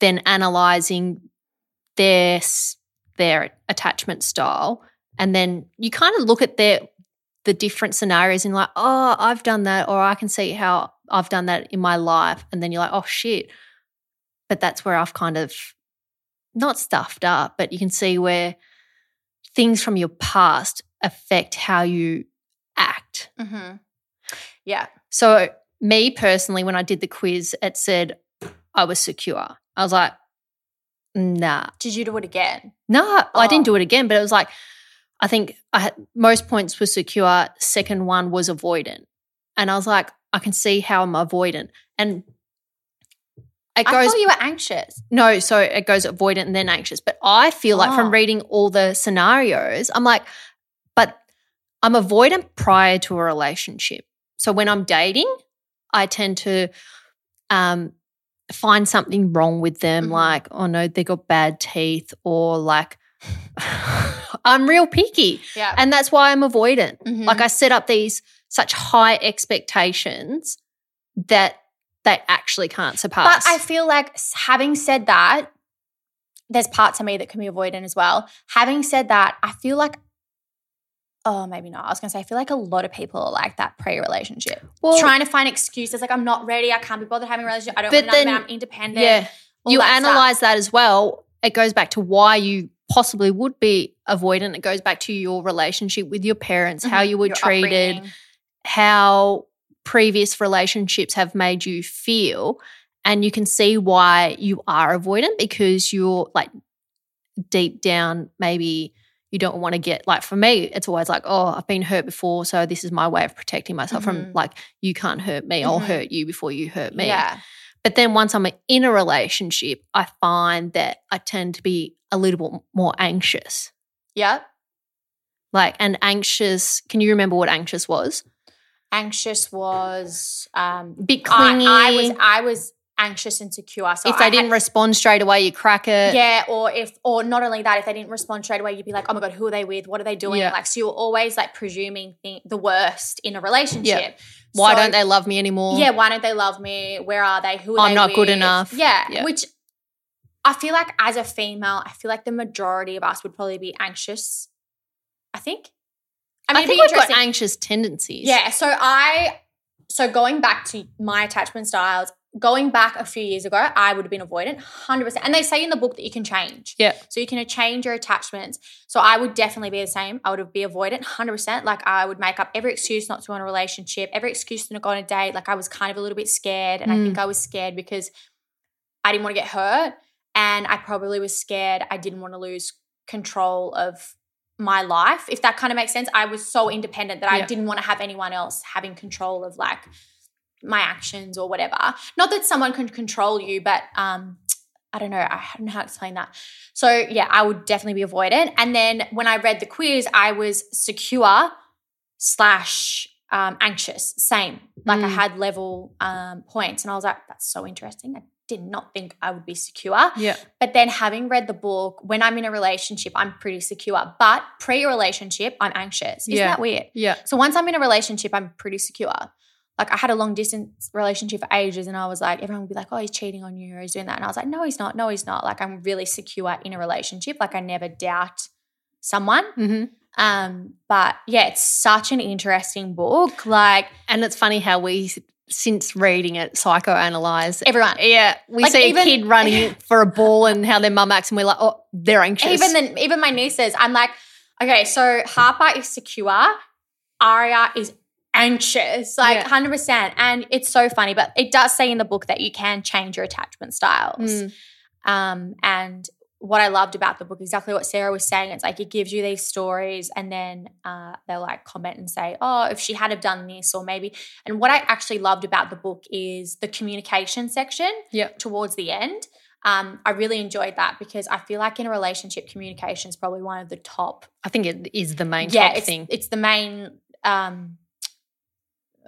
[SPEAKER 2] then analyzing their s- their attachment style and then you kind of look at their the different scenarios and like oh i've done that or i can see how i've done that in my life and then you're like oh shit but that's where i've kind of not stuffed up but you can see where things from your past affect how you act
[SPEAKER 1] Mm-hmm. Yeah.
[SPEAKER 2] so, me personally, when I did the quiz, it said I was secure. I was like, nah,
[SPEAKER 1] Did you do it again?
[SPEAKER 2] nah, I
[SPEAKER 1] Oh.
[SPEAKER 2] didn't do it again. But it was like, I think I had, most points were secure. Second one was avoidant. And I was like, I can see how I'm avoidant. And it
[SPEAKER 1] I
[SPEAKER 2] goes,
[SPEAKER 1] thought you were anxious.
[SPEAKER 2] no, so it goes avoidant and then anxious. But I feel like
[SPEAKER 1] Ah.
[SPEAKER 2] from reading all the scenarios, I'm like, but I'm avoidant prior to a relationship. So when I'm dating, I tend to um, find something wrong with them,
[SPEAKER 1] Mhm.
[SPEAKER 2] like, oh no, they got bad teeth, or like, I'm real picky.
[SPEAKER 1] Yeah.
[SPEAKER 2] And that's why I'm avoidant.
[SPEAKER 1] Mhm.
[SPEAKER 2] Like I set up these such high expectations that they actually can't surpass.
[SPEAKER 1] But I feel like s- having said that, there's parts of me that can be avoidant as well. Having said that, I feel like, oh, maybe not. I was going to say, I feel like a lot of people are like that pre relationship.
[SPEAKER 2] Well-
[SPEAKER 1] Trying to find excuses like, I'm not ready. I can't be bothered having a relationship. I don't
[SPEAKER 2] But
[SPEAKER 1] want another
[SPEAKER 2] then-
[SPEAKER 1] man. I'm independent.
[SPEAKER 2] Yeah.
[SPEAKER 1] all
[SPEAKER 2] you
[SPEAKER 1] that stuff.
[SPEAKER 2] analyze that as well. It goes back to why you possibly would be avoidant. It goes back to your relationship with your parents, how
[SPEAKER 1] Mhm.
[SPEAKER 2] you were
[SPEAKER 1] Your
[SPEAKER 2] treated,
[SPEAKER 1] upbringing.
[SPEAKER 2] how previous relationships have made you feel. And you can see why you are avoidant because you're like deep down, maybe you don't want to get, like for me, it's always like, oh, I've been hurt before. So this is my way of protecting myself from
[SPEAKER 1] Mhm.
[SPEAKER 2] like, you can't hurt me. I'll
[SPEAKER 1] Mhm.
[SPEAKER 2] hurt you before you hurt me.
[SPEAKER 1] Yeah.
[SPEAKER 2] But then once I'm in a relationship, I find that I tend to be a little bit more anxious.
[SPEAKER 1] Yeah.
[SPEAKER 2] Like, and anxious, can you remember what anxious was?
[SPEAKER 1] Anxious was um,
[SPEAKER 2] Bit
[SPEAKER 1] I-
[SPEAKER 2] clingy.
[SPEAKER 1] I, was I was anxious and secure. So
[SPEAKER 2] if they
[SPEAKER 1] I
[SPEAKER 2] didn't
[SPEAKER 1] had-
[SPEAKER 2] respond straight away, you crack it.
[SPEAKER 1] yeah, or if or not only that, if they didn't respond straight away, you'd be like, oh my god, who are they with? What are they doing?
[SPEAKER 2] Yeah.
[SPEAKER 1] Like, so you were always like presuming thing, the worst in a relationship.
[SPEAKER 2] Why
[SPEAKER 1] So-
[SPEAKER 2] don't they love me anymore?
[SPEAKER 1] Yeah, why don't they love me? Where are they? Who are
[SPEAKER 2] I'm
[SPEAKER 1] they
[SPEAKER 2] not good
[SPEAKER 1] with?
[SPEAKER 2] enough.
[SPEAKER 1] Yeah,
[SPEAKER 2] Yeah.
[SPEAKER 1] which I feel like as a female, I feel like the majority of us would probably be anxious. I think.
[SPEAKER 2] I,
[SPEAKER 1] it'd
[SPEAKER 2] think
[SPEAKER 1] be
[SPEAKER 2] we've got
[SPEAKER 1] interesting.
[SPEAKER 2] anxious tendencies.
[SPEAKER 1] Yeah. So I, so going back to my attachment styles, going back a few years ago, I would have been avoidant 100%. And they say in the book that you can change.
[SPEAKER 2] Yeah.
[SPEAKER 1] So you can change your attachments. So I would definitely be the same. I would be avoidant 100%. Like I would make up every excuse not to go on a relationship, every excuse to not go on a date. Like I was kind of a little bit scared. And I
[SPEAKER 2] Mm.
[SPEAKER 1] think I was scared because I didn't want to get hurt. And I probably was scared. I didn't want to lose control of my life, if that kind of makes sense. I was so independent that I
[SPEAKER 2] Yeah.
[SPEAKER 1] didn't want to have anyone else having control of like my actions or whatever. Not that someone can control you, but um, I don't know. I don't know how to explain that. So yeah, I would definitely be avoidant. And then when I read the quiz, I was secure slash um, anxious. Same. Like I
[SPEAKER 2] Mm.
[SPEAKER 1] had level um, points, and I was like, that's so interesting. I did not think I would be secure.
[SPEAKER 2] Yeah.
[SPEAKER 1] But then having read the book, when I'm in a relationship, I'm pretty secure. But pre-relationship, I'm anxious. Isn't
[SPEAKER 2] Yeah.
[SPEAKER 1] that weird?
[SPEAKER 2] Yeah.
[SPEAKER 1] So once I'm in a relationship, I'm pretty secure. Like I had a long distance relationship for ages, and I was like, everyone would be like, "Oh, he's cheating on you, or he's doing that," and I was like, "No, he's not. No, he's not." Like I'm really secure in a relationship. Like I never doubt someone.
[SPEAKER 2] hmm
[SPEAKER 1] Um, but yeah, it's such an interesting book. Like
[SPEAKER 2] And it's funny how we, since reading it, psychoanalyze.
[SPEAKER 1] everyone,
[SPEAKER 2] Yeah, we
[SPEAKER 1] Like
[SPEAKER 2] see
[SPEAKER 1] even-
[SPEAKER 2] a kid running for a ball and how their mum acts, and we're like, oh, they're anxious.
[SPEAKER 1] even then, even my nieces, I'm like, okay, so Harper is secure, Aria is anxious, like
[SPEAKER 2] Yeah.
[SPEAKER 1] hundred percent, and it's so funny. But it does say in the book that you can change your attachment styles.
[SPEAKER 2] Mm.
[SPEAKER 1] Um, and what I loved about the book, exactly what Sarah was saying, it's like it gives you these stories, and then uh, they'll like comment and say, "Oh, if she had have done this, or maybe." And what I actually loved about the book is the communication section
[SPEAKER 2] Yep.
[SPEAKER 1] towards the end. Um, I really enjoyed that because I feel like in a relationship, communication is probably one of the top.
[SPEAKER 2] I think it is the main
[SPEAKER 1] yeah,
[SPEAKER 2] top
[SPEAKER 1] it's,
[SPEAKER 2] thing.
[SPEAKER 1] it's the main um,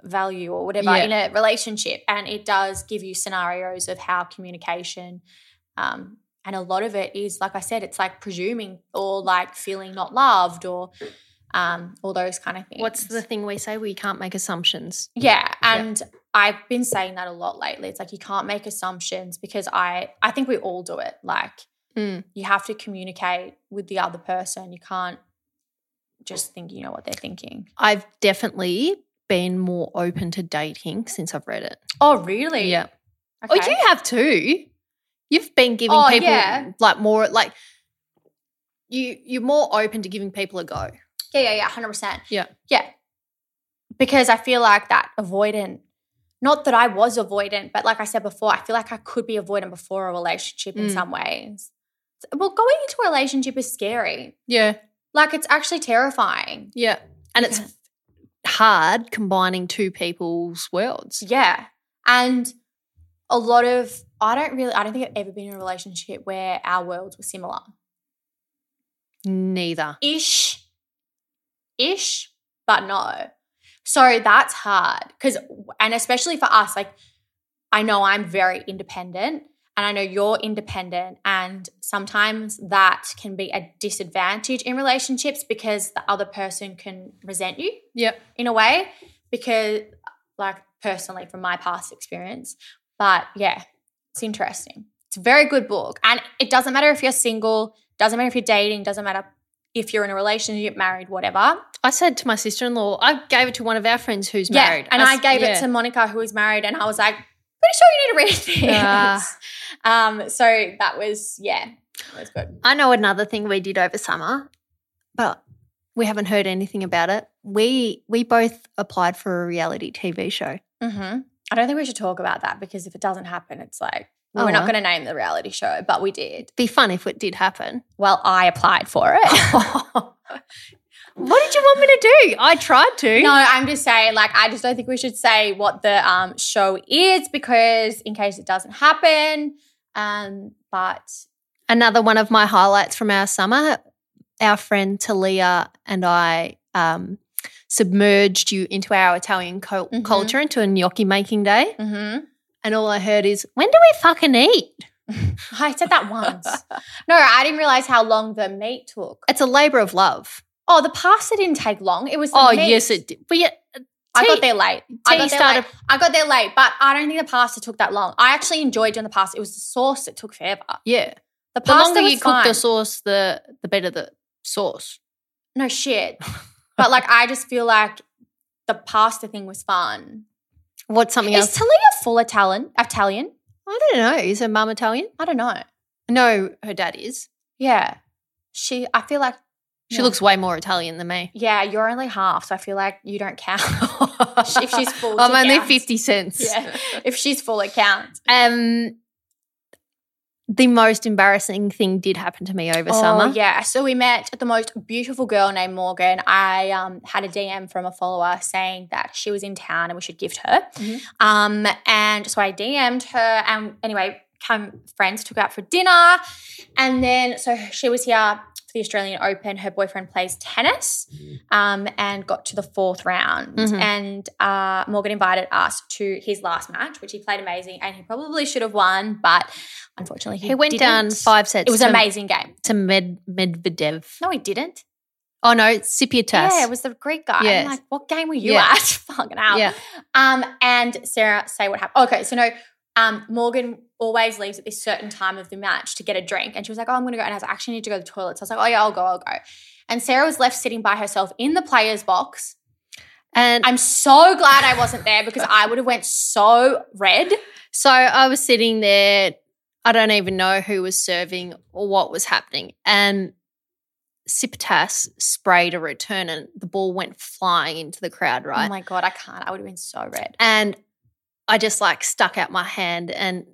[SPEAKER 1] value or whatever
[SPEAKER 2] Yeah.
[SPEAKER 1] in a relationship, and it does give you scenarios of how communication. Um, and a lot of it is, like I said, it's like presuming or like feeling not loved or um, all those kind of things.
[SPEAKER 2] What's the thing we say? We can't make assumptions.
[SPEAKER 1] Yeah, and I've been saying that a lot lately. It's like you can't make assumptions because I I think we all do it. Like
[SPEAKER 2] Mm.
[SPEAKER 1] you have to communicate with the other person. You can't just think you know what they're thinking.
[SPEAKER 2] I've definitely been more open to dating since I've read it.
[SPEAKER 1] Oh, really?
[SPEAKER 2] Yeah.
[SPEAKER 1] Okay.
[SPEAKER 2] Oh, you have too. You've been giving
[SPEAKER 1] Oh,
[SPEAKER 2] people
[SPEAKER 1] yeah.
[SPEAKER 2] like more like you you're more open to giving people a go.
[SPEAKER 1] Yeah, yeah, yeah, hundred percent.
[SPEAKER 2] Yeah.
[SPEAKER 1] yeah. Because I feel like that avoidant. Not that I was avoidant, but like I said before, I feel like I could be avoidant before a relationship in
[SPEAKER 2] Mm.
[SPEAKER 1] some ways. Well, going into a relationship is scary.
[SPEAKER 2] Yeah.
[SPEAKER 1] Like it's actually terrifying.
[SPEAKER 2] Yeah. And it's hard combining two people's worlds.
[SPEAKER 1] Yeah. And a lot of, I don't really, I don't think I've ever been in a relationship where our worlds were similar.
[SPEAKER 2] Neither.
[SPEAKER 1] Ish, ish, but no. So that's hard. Cause, and especially for us, like, I know I'm very independent and I know you're independent. And sometimes that can be a disadvantage in relationships because the other person can resent you
[SPEAKER 2] Yeah.
[SPEAKER 1] in a way because like personally from my past experience but yeah it's interesting it's a very good book and it doesn't matter if you're single doesn't matter if you're dating doesn't matter if you're in a relationship married whatever
[SPEAKER 2] I said to my sister-in-law, I gave it to one of our friends who's
[SPEAKER 1] yeah
[SPEAKER 2] married.
[SPEAKER 1] and i, gave it to Monica who is married and I was like pretty sure you need to read this
[SPEAKER 2] Ah.
[SPEAKER 1] um so that was yeah that was good
[SPEAKER 2] I know another thing we did over summer, but we haven't heard anything about it. We we both applied for a reality TV show.
[SPEAKER 1] mm-hmm. I don't think we should talk about that because if it doesn't happen it's like
[SPEAKER 2] Oh,
[SPEAKER 1] we're not
[SPEAKER 2] well.
[SPEAKER 1] going to name the reality show but we did
[SPEAKER 2] Be fun if it did happen.
[SPEAKER 1] well I applied for it
[SPEAKER 2] What did you want me to do? I tried to.
[SPEAKER 1] No, I'm just saying, like, I just don't think we should say what the um, show is because in case it doesn't happen. Um, but
[SPEAKER 2] Another one of my highlights from our summer, our friend Talia and I um, submerged you into our Italian cul-
[SPEAKER 1] Mhm.
[SPEAKER 2] culture into a gnocchi making day.
[SPEAKER 1] mhm.
[SPEAKER 2] And all I heard is, when do we fucking eat?
[SPEAKER 1] I said that once. no, I didn't realize how long the meat took.
[SPEAKER 2] It's a labor of love.
[SPEAKER 1] Oh, the pasta didn't take long. It was the
[SPEAKER 2] oh,
[SPEAKER 1] meat.
[SPEAKER 2] yes, it did. But yeah,
[SPEAKER 1] I got
[SPEAKER 2] tea-
[SPEAKER 1] there late. I got
[SPEAKER 2] tea
[SPEAKER 1] there
[SPEAKER 2] started-
[SPEAKER 1] late. I got there late, but I don't think the pasta took that long. I actually enjoyed doing the pasta. It was the sauce that took forever.
[SPEAKER 2] yeah.
[SPEAKER 1] The
[SPEAKER 2] The
[SPEAKER 1] pasta
[SPEAKER 2] longer
[SPEAKER 1] was
[SPEAKER 2] you cook
[SPEAKER 1] fine.
[SPEAKER 2] the sauce, the the better the sauce.
[SPEAKER 1] No shit. but like, I just feel like the pasta thing was fun.
[SPEAKER 2] What's something
[SPEAKER 1] Is
[SPEAKER 2] else?
[SPEAKER 1] Talia full Italian? Italian?
[SPEAKER 2] I don't know. Is her mum Italian?
[SPEAKER 1] I don't know.
[SPEAKER 2] No, her dad is.
[SPEAKER 1] Yeah. She, I feel like.
[SPEAKER 2] She
[SPEAKER 1] yeah.
[SPEAKER 2] looks way more Italian than me.
[SPEAKER 1] Yeah, you're only half, so I feel like you don't count. Oh, if she's full,
[SPEAKER 2] I'm
[SPEAKER 1] she
[SPEAKER 2] only
[SPEAKER 1] counts.
[SPEAKER 2] fifty cents.
[SPEAKER 1] yeah. If she's full, it counts.
[SPEAKER 2] Um, the most embarrassing thing did happen to me over summer.
[SPEAKER 1] Oh, yeah. So we met the most beautiful girl named Morgan. I um, had a DM from a follower saying that she was in town and we should gift her.
[SPEAKER 2] Mhm.
[SPEAKER 1] Um, and so I DM'd her. And anyway, come friends took her out for dinner. And then so she was here for the Australian Open, her boyfriend plays tennis um, and got to the fourth round.
[SPEAKER 2] Mhm.
[SPEAKER 1] And uh, Morgan invited us to his last match, which he played amazing and he probably should have won, but unfortunately he,
[SPEAKER 2] He went down
[SPEAKER 1] didn't.
[SPEAKER 2] five sets.
[SPEAKER 1] It was
[SPEAKER 2] to,
[SPEAKER 1] an amazing game.
[SPEAKER 2] to Med Medvedev.
[SPEAKER 1] No, he didn't.
[SPEAKER 2] Oh no, Tsitsipas.
[SPEAKER 1] Yeah, it was the Greek guy. I'm
[SPEAKER 2] Yes.
[SPEAKER 1] like, what game were you
[SPEAKER 2] Yeah.
[SPEAKER 1] at? Fucking hell.
[SPEAKER 2] Yeah.
[SPEAKER 1] Um, and Sarah, say what happened. Okay, so no, um, Morgan always leaves at this certain time of the match to get a drink. And she was like, Oh, I'm gonna go. And I was like, I actually need to go to the toilet. So I was like, Oh yeah, I'll go, I'll go. And Sarah was left sitting by herself in the players box.
[SPEAKER 2] And
[SPEAKER 1] I'm so glad I wasn't there because I would have went so red. Oh
[SPEAKER 2] so I was sitting there. I don't even know who was serving or what was happening. And Sipitas sprayed a return and the ball went flying into the crowd, right?
[SPEAKER 1] Oh my god, I can't. I would have been so red.
[SPEAKER 2] and I just like stuck out my hand and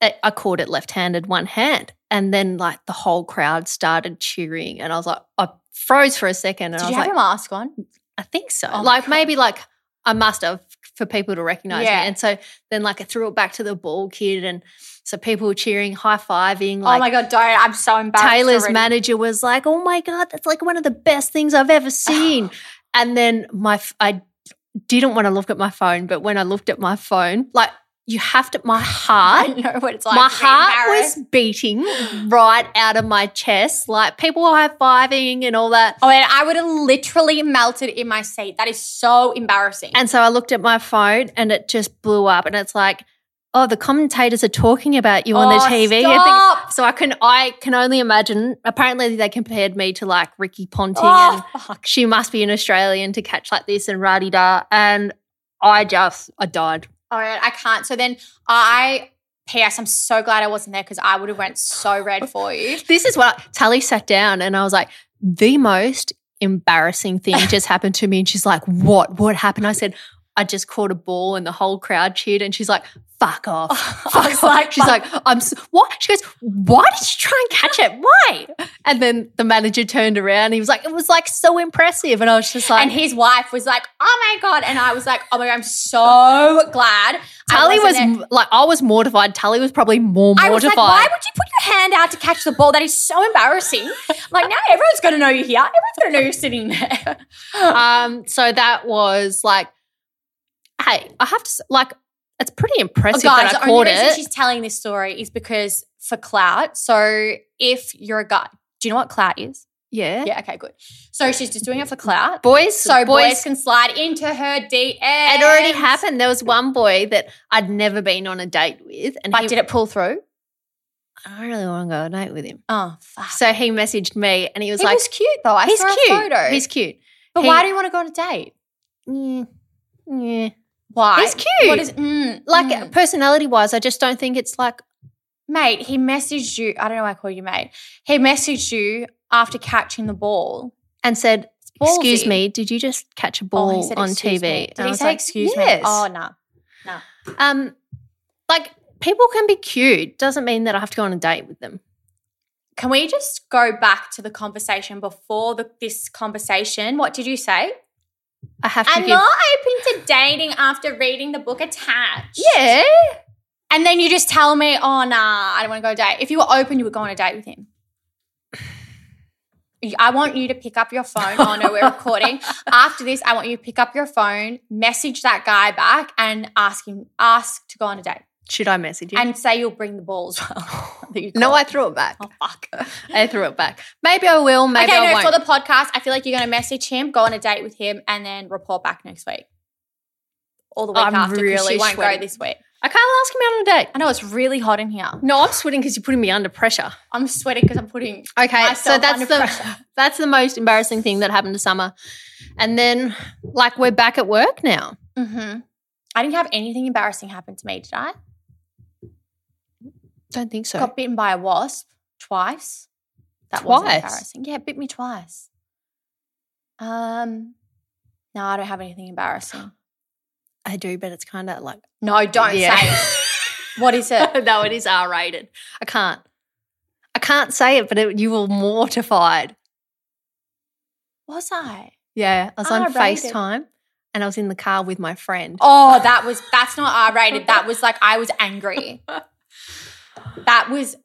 [SPEAKER 2] I I caught it left handed, one hand. And then like the whole crowd started cheering. And I was like, I froze for a second and
[SPEAKER 1] Did you
[SPEAKER 2] I was
[SPEAKER 1] have
[SPEAKER 2] like,
[SPEAKER 1] your mask on?
[SPEAKER 2] I think so.
[SPEAKER 1] Oh my
[SPEAKER 2] like
[SPEAKER 1] God.
[SPEAKER 2] maybe like I must have for people to recognize
[SPEAKER 1] Yeah.
[SPEAKER 2] me. And so then like I threw it back to the ball kid and so people were cheering, high fiving,
[SPEAKER 1] oh my
[SPEAKER 2] like
[SPEAKER 1] god, don't. I'm so embarrassed.
[SPEAKER 2] Taylor's
[SPEAKER 1] already.
[SPEAKER 2] manager was like, "Oh my god, that's like one of the best things I've ever seen." and then my f- I didn't want to look at my phone, but when I looked at my phone, like you have to my
[SPEAKER 1] I
[SPEAKER 2] heart
[SPEAKER 1] know what it's like.
[SPEAKER 2] my
[SPEAKER 1] to be
[SPEAKER 2] heart
[SPEAKER 1] embarrassed.
[SPEAKER 2] was beating right out of my chest. Like people were high fiving and all that.
[SPEAKER 1] Oh, and I would have literally melted in my seat. That is so embarrassing.
[SPEAKER 2] And so I looked at my phone and it just blew up. And it's like, oh, the commentators are talking about you on the
[SPEAKER 1] Oh,
[SPEAKER 2] TV. and
[SPEAKER 1] stop.
[SPEAKER 2] things- so I can I can only imagine. Apparently they compared me to like Ricky Ponting
[SPEAKER 1] oh,
[SPEAKER 2] and
[SPEAKER 1] fuck.
[SPEAKER 2] she must be an Australian to catch like this and rah da. And I just I died.
[SPEAKER 1] All right, Oh, I can't. So then I, P.S. I'm so glad I wasn't there because I would have went so red for you.
[SPEAKER 2] This is what Tully sat down and I was like, the most embarrassing thing just happened to me. And she's like, what? What happened? I said, I just caught a ball and the whole crowd cheered. And she's like, fuck off.
[SPEAKER 1] I was
[SPEAKER 2] Fuck
[SPEAKER 1] like,
[SPEAKER 2] off. She's
[SPEAKER 1] fuck.
[SPEAKER 2] like, I'm s what? She goes, why did you try and catch it? Why? And then the manager turned around. And he was like, it was like so impressive. And I was just like,
[SPEAKER 1] And his wife was like, "Oh my god!" And I was like, "Oh my god, I'm so glad."
[SPEAKER 2] Tully
[SPEAKER 1] I
[SPEAKER 2] was
[SPEAKER 1] wasn't there."
[SPEAKER 2] like, I was mortified. Tully was probably more mortified.
[SPEAKER 1] I was like, "Why would you put your hand out to catch the ball? That is so embarrassing." like now everyone's gonna know you're here. Everyone's gonna know you're sitting there.
[SPEAKER 2] Um, so that was like, hey, I have to s- like, it's pretty impressive
[SPEAKER 1] Oh, Guys,
[SPEAKER 2] that I
[SPEAKER 1] the only
[SPEAKER 2] caught
[SPEAKER 1] reason
[SPEAKER 2] it.
[SPEAKER 1] she's telling this story is because for clout. So if you're a guy, do you know what clout is?
[SPEAKER 2] yeah.
[SPEAKER 1] Yeah, okay, good. So she's just doing it for clout.
[SPEAKER 2] boys.
[SPEAKER 1] So boys,
[SPEAKER 2] boys.
[SPEAKER 1] can slide into her DM.
[SPEAKER 2] it already happened. There was one boy that I'd never been on a date with, and
[SPEAKER 1] But
[SPEAKER 2] he,
[SPEAKER 1] did it pull through?
[SPEAKER 2] I don't really want to go on a date with him.
[SPEAKER 1] Oh, fuck.
[SPEAKER 2] So he messaged me, and he was
[SPEAKER 1] he
[SPEAKER 2] like,
[SPEAKER 1] was cute though. I
[SPEAKER 2] "He's
[SPEAKER 1] saw
[SPEAKER 2] cute.
[SPEAKER 1] a photo.
[SPEAKER 2] He's cute.
[SPEAKER 1] but
[SPEAKER 2] he-
[SPEAKER 1] why do you want to go on a date?
[SPEAKER 2] Mm, yeah.
[SPEAKER 1] Why?
[SPEAKER 2] He's cute.
[SPEAKER 1] What is mm,
[SPEAKER 2] Like
[SPEAKER 1] mm.
[SPEAKER 2] personality wise, I just don't think it's like
[SPEAKER 1] mate? He messaged you. I don't know why I call you mate. He messaged you after catching the ball.
[SPEAKER 2] and said,
[SPEAKER 1] Ballsy.
[SPEAKER 2] "Excuse me, did you just catch a ball
[SPEAKER 1] oh, he said,
[SPEAKER 2] on
[SPEAKER 1] "Excuse
[SPEAKER 2] TV?"
[SPEAKER 1] me.
[SPEAKER 2] And
[SPEAKER 1] Did
[SPEAKER 2] I
[SPEAKER 1] he
[SPEAKER 2] was
[SPEAKER 1] say
[SPEAKER 2] like,
[SPEAKER 1] excuse
[SPEAKER 2] yes.
[SPEAKER 1] me? Oh no.
[SPEAKER 2] Um, like people can be cute. Doesn't mean that I have to go on a date with them.
[SPEAKER 1] Can we just go back to the conversation before the, this conversation? What did you say?
[SPEAKER 2] I have to
[SPEAKER 1] I'm
[SPEAKER 2] give.
[SPEAKER 1] not open to dating after reading the book attached.
[SPEAKER 2] yeah.
[SPEAKER 1] And then you just tell me, oh, nah, I don't want to go date. If you were open, you would go on a date with him. You- I want you to pick up your phone. Oh, no, we're recording. After this, I want you to pick up your phone, message that guy back, and ask him, ask to go on a date.
[SPEAKER 2] Should I message you?
[SPEAKER 1] And say you'll bring the ball as well. that you
[SPEAKER 2] no,
[SPEAKER 1] caught.
[SPEAKER 2] I threw it back.
[SPEAKER 1] Oh, fuck.
[SPEAKER 2] I threw it back. Maybe I will. Maybe
[SPEAKER 1] okay,
[SPEAKER 2] I
[SPEAKER 1] no,
[SPEAKER 2] won't.
[SPEAKER 1] for the podcast, I feel like you're going to message him, go on a date with him, and then report back next week. Or the week
[SPEAKER 2] I'm
[SPEAKER 1] after, 'cause
[SPEAKER 2] really
[SPEAKER 1] she won't
[SPEAKER 2] sweating.
[SPEAKER 1] go this week.
[SPEAKER 2] I can't ask him out on a date.
[SPEAKER 1] I know it's really hot in here.
[SPEAKER 2] No, I'm sweating because you're putting me under pressure.
[SPEAKER 1] I'm sweating because I'm putting
[SPEAKER 2] Okay, so
[SPEAKER 1] myself
[SPEAKER 2] that's
[SPEAKER 1] under
[SPEAKER 2] the
[SPEAKER 1] pressure.
[SPEAKER 2] that's the most embarrassing thing that happened to Summer, and then like we're back at work now.
[SPEAKER 1] Mm-hmm. I didn't have anything embarrassing happen to me, did I?
[SPEAKER 2] Don't think so.
[SPEAKER 1] Got bitten by a wasp twice. That was
[SPEAKER 2] Twice?
[SPEAKER 1] embarrassing. Yeah, it bit me twice. Um, no, I don't have anything embarrassing.
[SPEAKER 2] I do, but it's kind of like
[SPEAKER 1] No, don't
[SPEAKER 2] Yeah.
[SPEAKER 1] say. It. What is it?
[SPEAKER 2] no, it is R rated. I can't. I can't say it, but it, you were mortified.
[SPEAKER 1] Was I?
[SPEAKER 2] Yeah, I was on
[SPEAKER 1] R-rated.
[SPEAKER 2] FaceTime and I was in the car with my friend.
[SPEAKER 1] Ah, Oh, that was that's not R rated. That was like I was angry. That was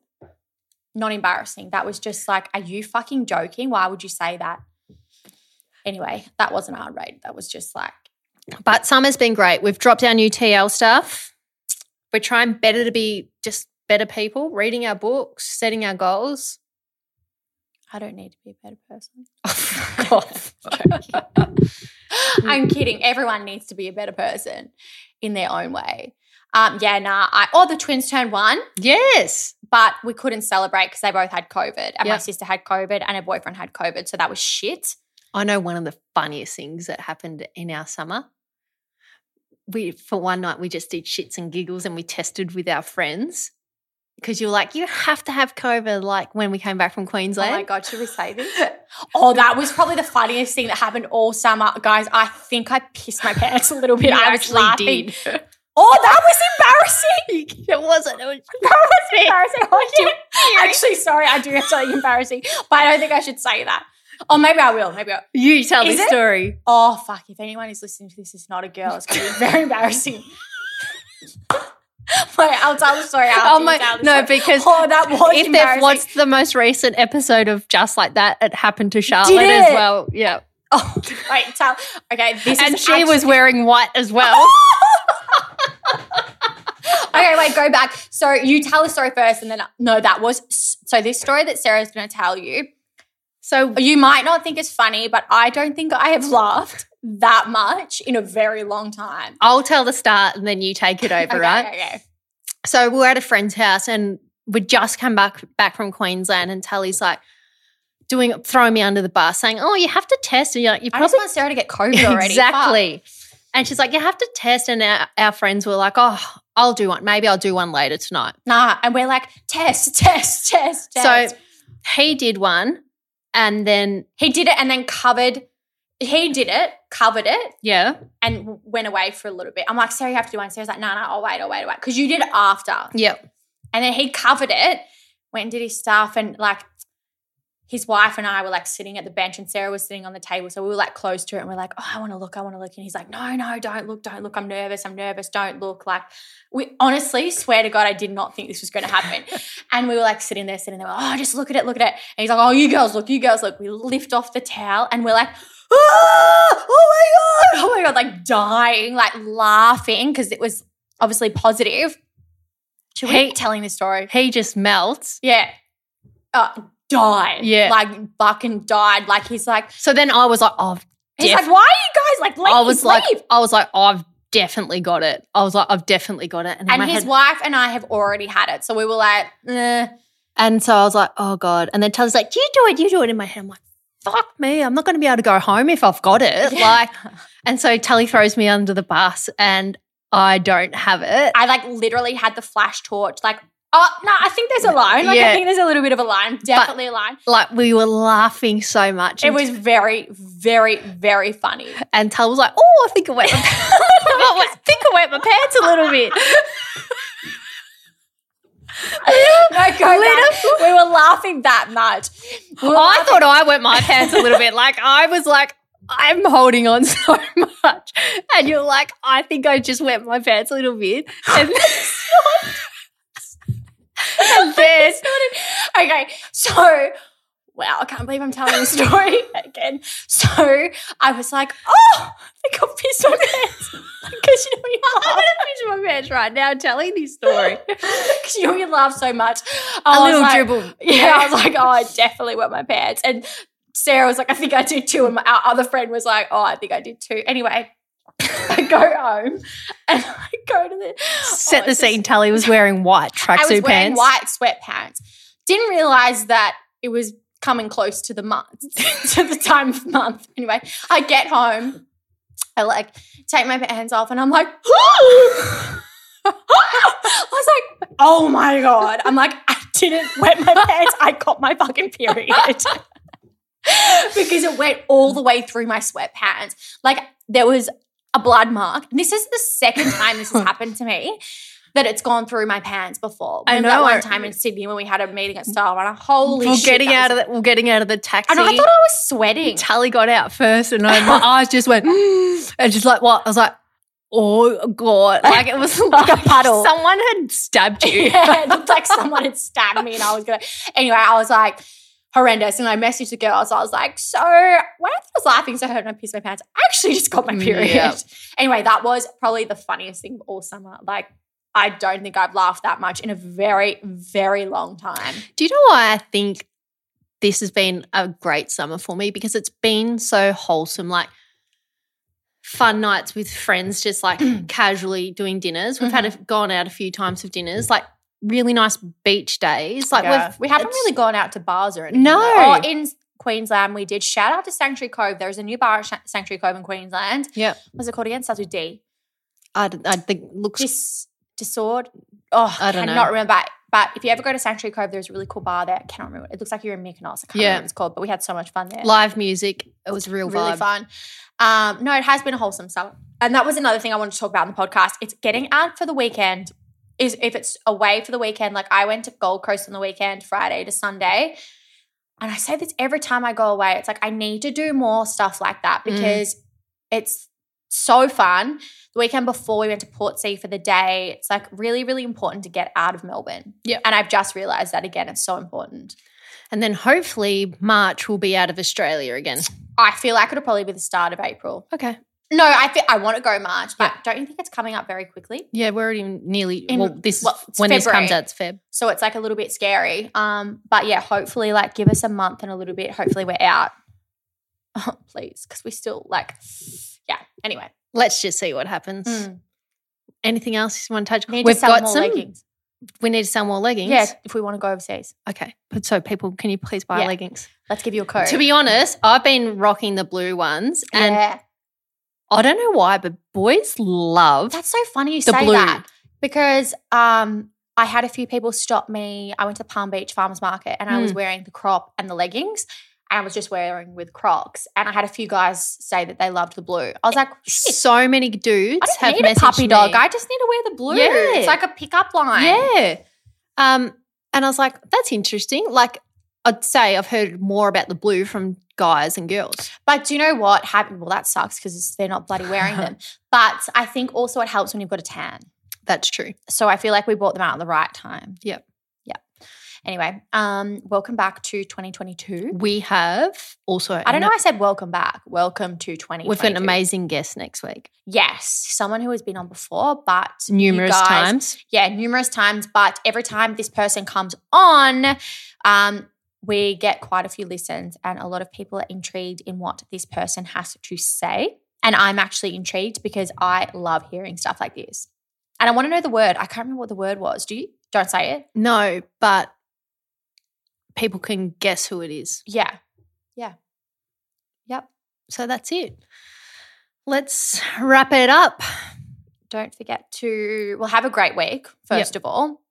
[SPEAKER 1] not embarrassing. That was just like, are you fucking joking? Why would you say that? Anyway, that wasn't our raid. That was just like,
[SPEAKER 2] But summer's been great. We've dropped our new TL stuff. We're trying better to be just better people, reading our books, setting our goals.
[SPEAKER 1] I don't need to be a better person.
[SPEAKER 2] off.
[SPEAKER 1] I'm kidding. Everyone needs to be a better person in their own way. Um, yeah, nah. I, or the twins turned one,
[SPEAKER 2] Yes.
[SPEAKER 1] but we couldn't celebrate because they both had COVID, and my
[SPEAKER 2] Yeah.
[SPEAKER 1] sister had COVID, and her boyfriend had COVID, so that was shit.
[SPEAKER 2] I know one of the funniest things that happened in our summer. We for one night we just did shits and giggles and we tested with our friends. Because you're like, you have to have COVID like when we came back from Queensland.
[SPEAKER 1] Oh my god, should we say this? oh, that was probably the funniest thing that happened all summer, guys. I think I pissed my pants a little bit.
[SPEAKER 2] You
[SPEAKER 1] I was
[SPEAKER 2] actually
[SPEAKER 1] laughing.
[SPEAKER 2] did.
[SPEAKER 1] Oh, that was embarrassing.
[SPEAKER 2] it wasn't. It was
[SPEAKER 1] That was embarrassing. I do- Actually, sorry, I do have something embarrassing, but I don't think I should say that. Oh, maybe I will. Maybe I
[SPEAKER 2] you tell
[SPEAKER 1] Is
[SPEAKER 2] this
[SPEAKER 1] it?
[SPEAKER 2] story.
[SPEAKER 1] Oh, fuck. If anyone is listening to this, it's not a girl. It's going to be very embarrassing. Wait, I'll tell the story after
[SPEAKER 2] Oh
[SPEAKER 1] you
[SPEAKER 2] my-
[SPEAKER 1] tell the
[SPEAKER 2] no,
[SPEAKER 1] story.
[SPEAKER 2] because
[SPEAKER 1] Oh, that was
[SPEAKER 2] if they've
[SPEAKER 1] embarrassing.
[SPEAKER 2] watched the most recent episode of Just Like That, it happened to Charlotte
[SPEAKER 1] it?
[SPEAKER 2] as well. Yeah.
[SPEAKER 1] Oh, wait, tell. Okay, this
[SPEAKER 2] And
[SPEAKER 1] is
[SPEAKER 2] she
[SPEAKER 1] actually-
[SPEAKER 2] was wearing white as well.
[SPEAKER 1] Okay, wait, go back. So you tell the story first, and then no, that was so. This story that Sarah's going to tell you,
[SPEAKER 2] So
[SPEAKER 1] you might not think it's funny, but I don't think I have laughed that much in a very long time.
[SPEAKER 2] I'll tell the start and then you take it over,
[SPEAKER 1] Okay,
[SPEAKER 2] right?
[SPEAKER 1] okay.
[SPEAKER 2] So we were at a friend's house and we'd just come back back from Queensland and Tally's like doing throwing me under the bus, saying, Oh, you have to test. And you're like, you
[SPEAKER 1] I just
[SPEAKER 2] probably
[SPEAKER 1] want Sarah to get COVID already.
[SPEAKER 2] Exactly. And she's like, You have to test. And our, our friends were like, Oh, I'll do one. Maybe I'll do one later tonight.
[SPEAKER 1] Fuck. Nah, and we're like test, test, test, test.
[SPEAKER 2] So he did one and then
[SPEAKER 1] He did it and then covered. He did it, covered it,
[SPEAKER 2] yeah.
[SPEAKER 1] and w- went away for a little bit. I'm like, Sarah, you have to do one. Sarah's like, no, no, I'll wait, I'll wait, I'll wait. Because you did it after.
[SPEAKER 2] Yeah.
[SPEAKER 1] And then he covered it, went and did his stuff. And like his wife and I were like sitting at the bench, and Sarah was sitting on the table. So we were like close to it, and we're like, oh, I want to look, I want to look. And he's like, no, no, don't look, don't look. I'm nervous, I'm nervous, don't look. Like, we honestly swear to God, I did not think this was going to happen. and we were like sitting there, sitting there, oh, just look at it, look at it. And he's like, oh, you girls look, you girls look. We lift off the towel, and we're like, "Ah! oh my God, oh my God, like dying, like laughing, because it was obviously positive. Should we
[SPEAKER 2] Hey-
[SPEAKER 1] keep telling this story?
[SPEAKER 2] He just melts.
[SPEAKER 1] Yeah. Uh, died.
[SPEAKER 2] Yeah.
[SPEAKER 1] Like fucking died. Like he's like,
[SPEAKER 2] So then I was like, Oh,
[SPEAKER 1] he's
[SPEAKER 2] Def-
[SPEAKER 1] like, why are you guys like, ladies,
[SPEAKER 2] I was like,
[SPEAKER 1] leave?
[SPEAKER 2] I was like, I've definitely got it. I was like, I've definitely got it. then
[SPEAKER 1] and
[SPEAKER 2] my
[SPEAKER 1] his
[SPEAKER 2] head-
[SPEAKER 1] wife and I have already had it. So we were like, eh.
[SPEAKER 2] And so I was like, oh God. And then Tully's like, you do it, you do it. In my head, I'm like, fuck me. I'm not going to be able to go home if I've got it.
[SPEAKER 1] Yeah.
[SPEAKER 2] Like, and so Tully throws me under the bus and I don't have it.
[SPEAKER 1] I like literally had the flash torch. Like, oh, no, I think there's a line. Like, I
[SPEAKER 2] Yeah.
[SPEAKER 1] think there's a little bit of a line. Definitely a line.
[SPEAKER 2] like, we were laughing so much.
[SPEAKER 1] It
[SPEAKER 2] And-
[SPEAKER 1] was very, very, very funny.
[SPEAKER 2] and Tully was like, oh, I think I wet my I think I wet my pants a little bit.
[SPEAKER 1] No, go back. We were laughing that much. We were
[SPEAKER 2] I
[SPEAKER 1] laughing-
[SPEAKER 2] thought I wet my pants a little bit. Like I was like, I'm holding on so much. And you're like, I think I just wet my pants a little bit. And and then
[SPEAKER 1] okay, so wow, I can't believe I'm telling this story again. So I was like, oh, I think I pissed my pants because you know you laugh.
[SPEAKER 2] I'm gonna piss my pants right now telling this story.
[SPEAKER 1] Because you know you laugh so much.
[SPEAKER 2] A
[SPEAKER 1] I was
[SPEAKER 2] little
[SPEAKER 1] like-
[SPEAKER 2] dribble.
[SPEAKER 1] Yeah, I was like, oh, I definitely wet my pants. And Sarah was like, I think I did too. And my, our other friend was like, oh, I think I did too. Anyway. I go home and I go to the
[SPEAKER 2] Set
[SPEAKER 1] oh,
[SPEAKER 2] the
[SPEAKER 1] it's just-
[SPEAKER 2] scene. Tully was wearing white
[SPEAKER 1] I was
[SPEAKER 2] tracksuit
[SPEAKER 1] wearing
[SPEAKER 2] pants.
[SPEAKER 1] white sweatpants. Didn't realize that it was coming close to the month, to the time of month. Anyway, I get home, I like take my pants off, and I'm like, I was like, oh my god! I'm like, I didn't wet my pants. I got my fucking period because it went all the way through my sweatpants. Like there was a blood mark. And this is the second time this has happened to me that it's gone through my pants before.
[SPEAKER 2] I
[SPEAKER 1] Remember
[SPEAKER 2] know,
[SPEAKER 1] That
[SPEAKER 2] I-
[SPEAKER 1] one time in Sydney when we had a meeting at Star Runner. Holy
[SPEAKER 2] We're
[SPEAKER 1] shit.
[SPEAKER 2] getting
[SPEAKER 1] that
[SPEAKER 2] out of
[SPEAKER 1] was-
[SPEAKER 2] the we're getting out of the taxi.
[SPEAKER 1] And I thought I was sweating.
[SPEAKER 2] Tully got out first, and I, my eyes just went, and just like what? I was like, oh god, like it was
[SPEAKER 1] Like a puddle.
[SPEAKER 2] Someone had stabbed you.
[SPEAKER 1] Yeah, it looked like someone had stabbed me and I was going to. Anyway, I was like, horrendous. And I messaged the girl. So I was like, so when I was laughing so hard and I pissed my pants, I actually just got my
[SPEAKER 2] Mm,
[SPEAKER 1] period.
[SPEAKER 2] yeah.
[SPEAKER 1] Anyway, that was probably the funniest thing all summer. Like, I don't think I've laughed that much in a very, very long time.
[SPEAKER 2] Do you know why I think this has been a great summer for me? Because it's been so wholesome, like fun nights with friends, just like casually doing dinners. We've had
[SPEAKER 1] Mm-hmm.
[SPEAKER 2] a, gone out a few times for dinners, like really nice beach days. Like
[SPEAKER 1] Yeah.
[SPEAKER 2] we've
[SPEAKER 1] we haven't
[SPEAKER 2] it's-
[SPEAKER 1] really gone out to bars or anything.
[SPEAKER 2] No.
[SPEAKER 1] though. Oh, in Queensland, we did. Shout out to Sanctuary Cove. There's a new bar at Sha- Sanctuary Cove in Queensland.
[SPEAKER 2] yeah.
[SPEAKER 1] What's it called again? Starts with D.
[SPEAKER 2] I, d- I think looks
[SPEAKER 1] Dis- disorder. Oh, I
[SPEAKER 2] I don't know.
[SPEAKER 1] cannot remember. But if you ever go to Sanctuary Cove, there's a really cool bar there. I cannot remember. It looks like you're in Mykonos. I can't
[SPEAKER 2] Yeah.
[SPEAKER 1] remember what it's called, but we had so much fun there.
[SPEAKER 2] live music. It was a real
[SPEAKER 1] really
[SPEAKER 2] vibe.
[SPEAKER 1] fun. Um, no, it has been a wholesome summer. And that was another thing I wanted to talk about in the podcast. It's getting out for the weekend. Is if it's away for the weekend, like I went to Gold Coast on the weekend, Friday to Sunday. And I say this every time I go away. It's like I need to do more stuff like that
[SPEAKER 2] Mm.
[SPEAKER 1] because it's so fun. The weekend before we went to Portsea for the day. It's like really, really important to get out of Melbourne.
[SPEAKER 2] Yep.
[SPEAKER 1] And I've just realized that again. It's so important.
[SPEAKER 2] And then hopefully March will be out of Australia again.
[SPEAKER 1] I feel like it'll probably be the start of April.
[SPEAKER 2] Okay.
[SPEAKER 1] No, I thi- I want to go March, but don't you think it's coming up very quickly?
[SPEAKER 2] Yeah, we're already nearly.
[SPEAKER 1] In-
[SPEAKER 2] well, this is
[SPEAKER 1] well, it's
[SPEAKER 2] when this comes
[SPEAKER 1] February.
[SPEAKER 2] out, it's Feb.
[SPEAKER 1] So it's like a little bit scary. Um, but yeah, hopefully, like give us a month and a little bit. Hopefully, we're out, please, because we still like, yeah. Anyway,
[SPEAKER 2] Let's just see what happens.
[SPEAKER 1] Mm.
[SPEAKER 2] Anything else you want to touch?
[SPEAKER 1] need
[SPEAKER 2] Mm. We've
[SPEAKER 1] to sell
[SPEAKER 2] got
[SPEAKER 1] more
[SPEAKER 2] some.
[SPEAKER 1] leggings.
[SPEAKER 2] We need to sell more leggings.
[SPEAKER 1] Yeah, if we want to go overseas,
[SPEAKER 2] Okay. But so people, can you please buy
[SPEAKER 1] Yeah.
[SPEAKER 2] leggings?
[SPEAKER 1] let's give you a code.
[SPEAKER 2] To be honest, I've been rocking the blue ones, and
[SPEAKER 1] yeah.
[SPEAKER 2] I don't know why, but boys love.
[SPEAKER 1] that's so funny you
[SPEAKER 2] the
[SPEAKER 1] say
[SPEAKER 2] blue.
[SPEAKER 1] that because um, I had a few people stop me. I went to the Palm Beach Farmers Market and I
[SPEAKER 2] Hmm.
[SPEAKER 1] was wearing the crop and the leggings. And I was just wearing with Crocs, and I had a few guys say that they loved the blue. I was like, shit,
[SPEAKER 2] so many dudes
[SPEAKER 1] I don't
[SPEAKER 2] have
[SPEAKER 1] need a
[SPEAKER 2] messaged
[SPEAKER 1] puppy
[SPEAKER 2] me.
[SPEAKER 1] dog. I just need to wear the blue.
[SPEAKER 2] Yeah.
[SPEAKER 1] It's like a pickup line.
[SPEAKER 2] yeah. Um, and I was like, that's interesting. Like, I'd say I've heard more about the blue from guys and girls.
[SPEAKER 1] But do you know what happened? Well, that sucks because they're not bloody wearing them. But I think also it helps when you've got a tan.
[SPEAKER 2] That's true.
[SPEAKER 1] So I feel like we bought them out at the right time.
[SPEAKER 2] Yep.
[SPEAKER 1] Yep. Anyway, um, welcome back to 2022.
[SPEAKER 2] We have also.
[SPEAKER 1] I don't know. why I said welcome back. Welcome to 2022.
[SPEAKER 2] We've got an amazing guest next week,
[SPEAKER 1] Yes, someone who has been on before, but you
[SPEAKER 2] numerous
[SPEAKER 1] guys-
[SPEAKER 2] times.
[SPEAKER 1] yeah, numerous times. But every time this person comes on, um, we get quite a few listens, and a lot of people are intrigued in what this person has to say. And I'm actually intrigued because I love hearing stuff like this. And I want to know the word. I can't remember what the word was. Do you? Don't say it.
[SPEAKER 2] No, but people can guess who it is.
[SPEAKER 1] Yeah.
[SPEAKER 2] So that's it. Let's wrap it up.
[SPEAKER 1] Don't forget to, well, have a great week, first of all.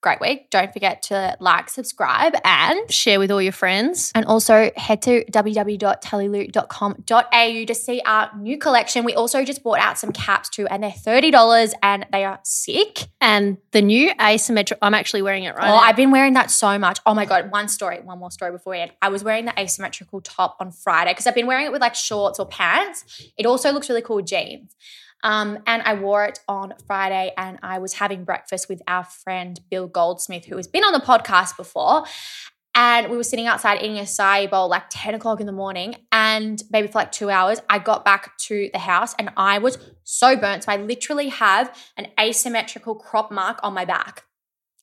[SPEAKER 1] Great week. Don't forget to like, subscribe, and
[SPEAKER 2] Share with all your friends.
[SPEAKER 1] And also head to www.tallyloo.com.au to see our new collection. We also just bought out some caps too, and they're $30 and they are sick.
[SPEAKER 2] And the new asymmetric, I'm actually wearing it right
[SPEAKER 1] Oh,
[SPEAKER 2] now.
[SPEAKER 1] I've been wearing that so much. Oh my God. One story, one more story before we end. I was wearing the asymmetrical top on Friday because I've been wearing it with like shorts or pants. It also looks really cool with jeans. Um, and I wore it on Friday and I was having breakfast with our friend Bill Goldsmith, who has been on the podcast before. And we were sitting outside eating a acai bowl like 10 o'clock in the morning. And maybe for like two hours, I got back to the house and I was so burnt. So I literally have an asymmetrical crop mark on my back.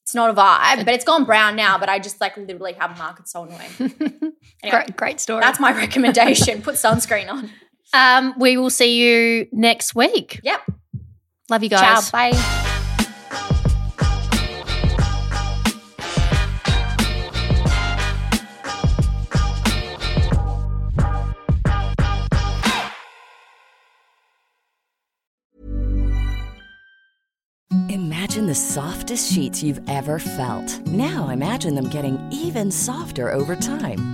[SPEAKER 1] It's not a vibe, but it's gone brown now. But I just like literally have a mark. It's so annoying. Anyway,
[SPEAKER 2] great, great story.
[SPEAKER 1] That's my recommendation. Put sunscreen on.
[SPEAKER 2] um, we will see you next week.
[SPEAKER 1] Yep.
[SPEAKER 2] Love you
[SPEAKER 1] Ciao.
[SPEAKER 2] guys.
[SPEAKER 1] Bye.
[SPEAKER 3] Imagine the softest sheets you've ever felt. Now imagine them getting even softer over time.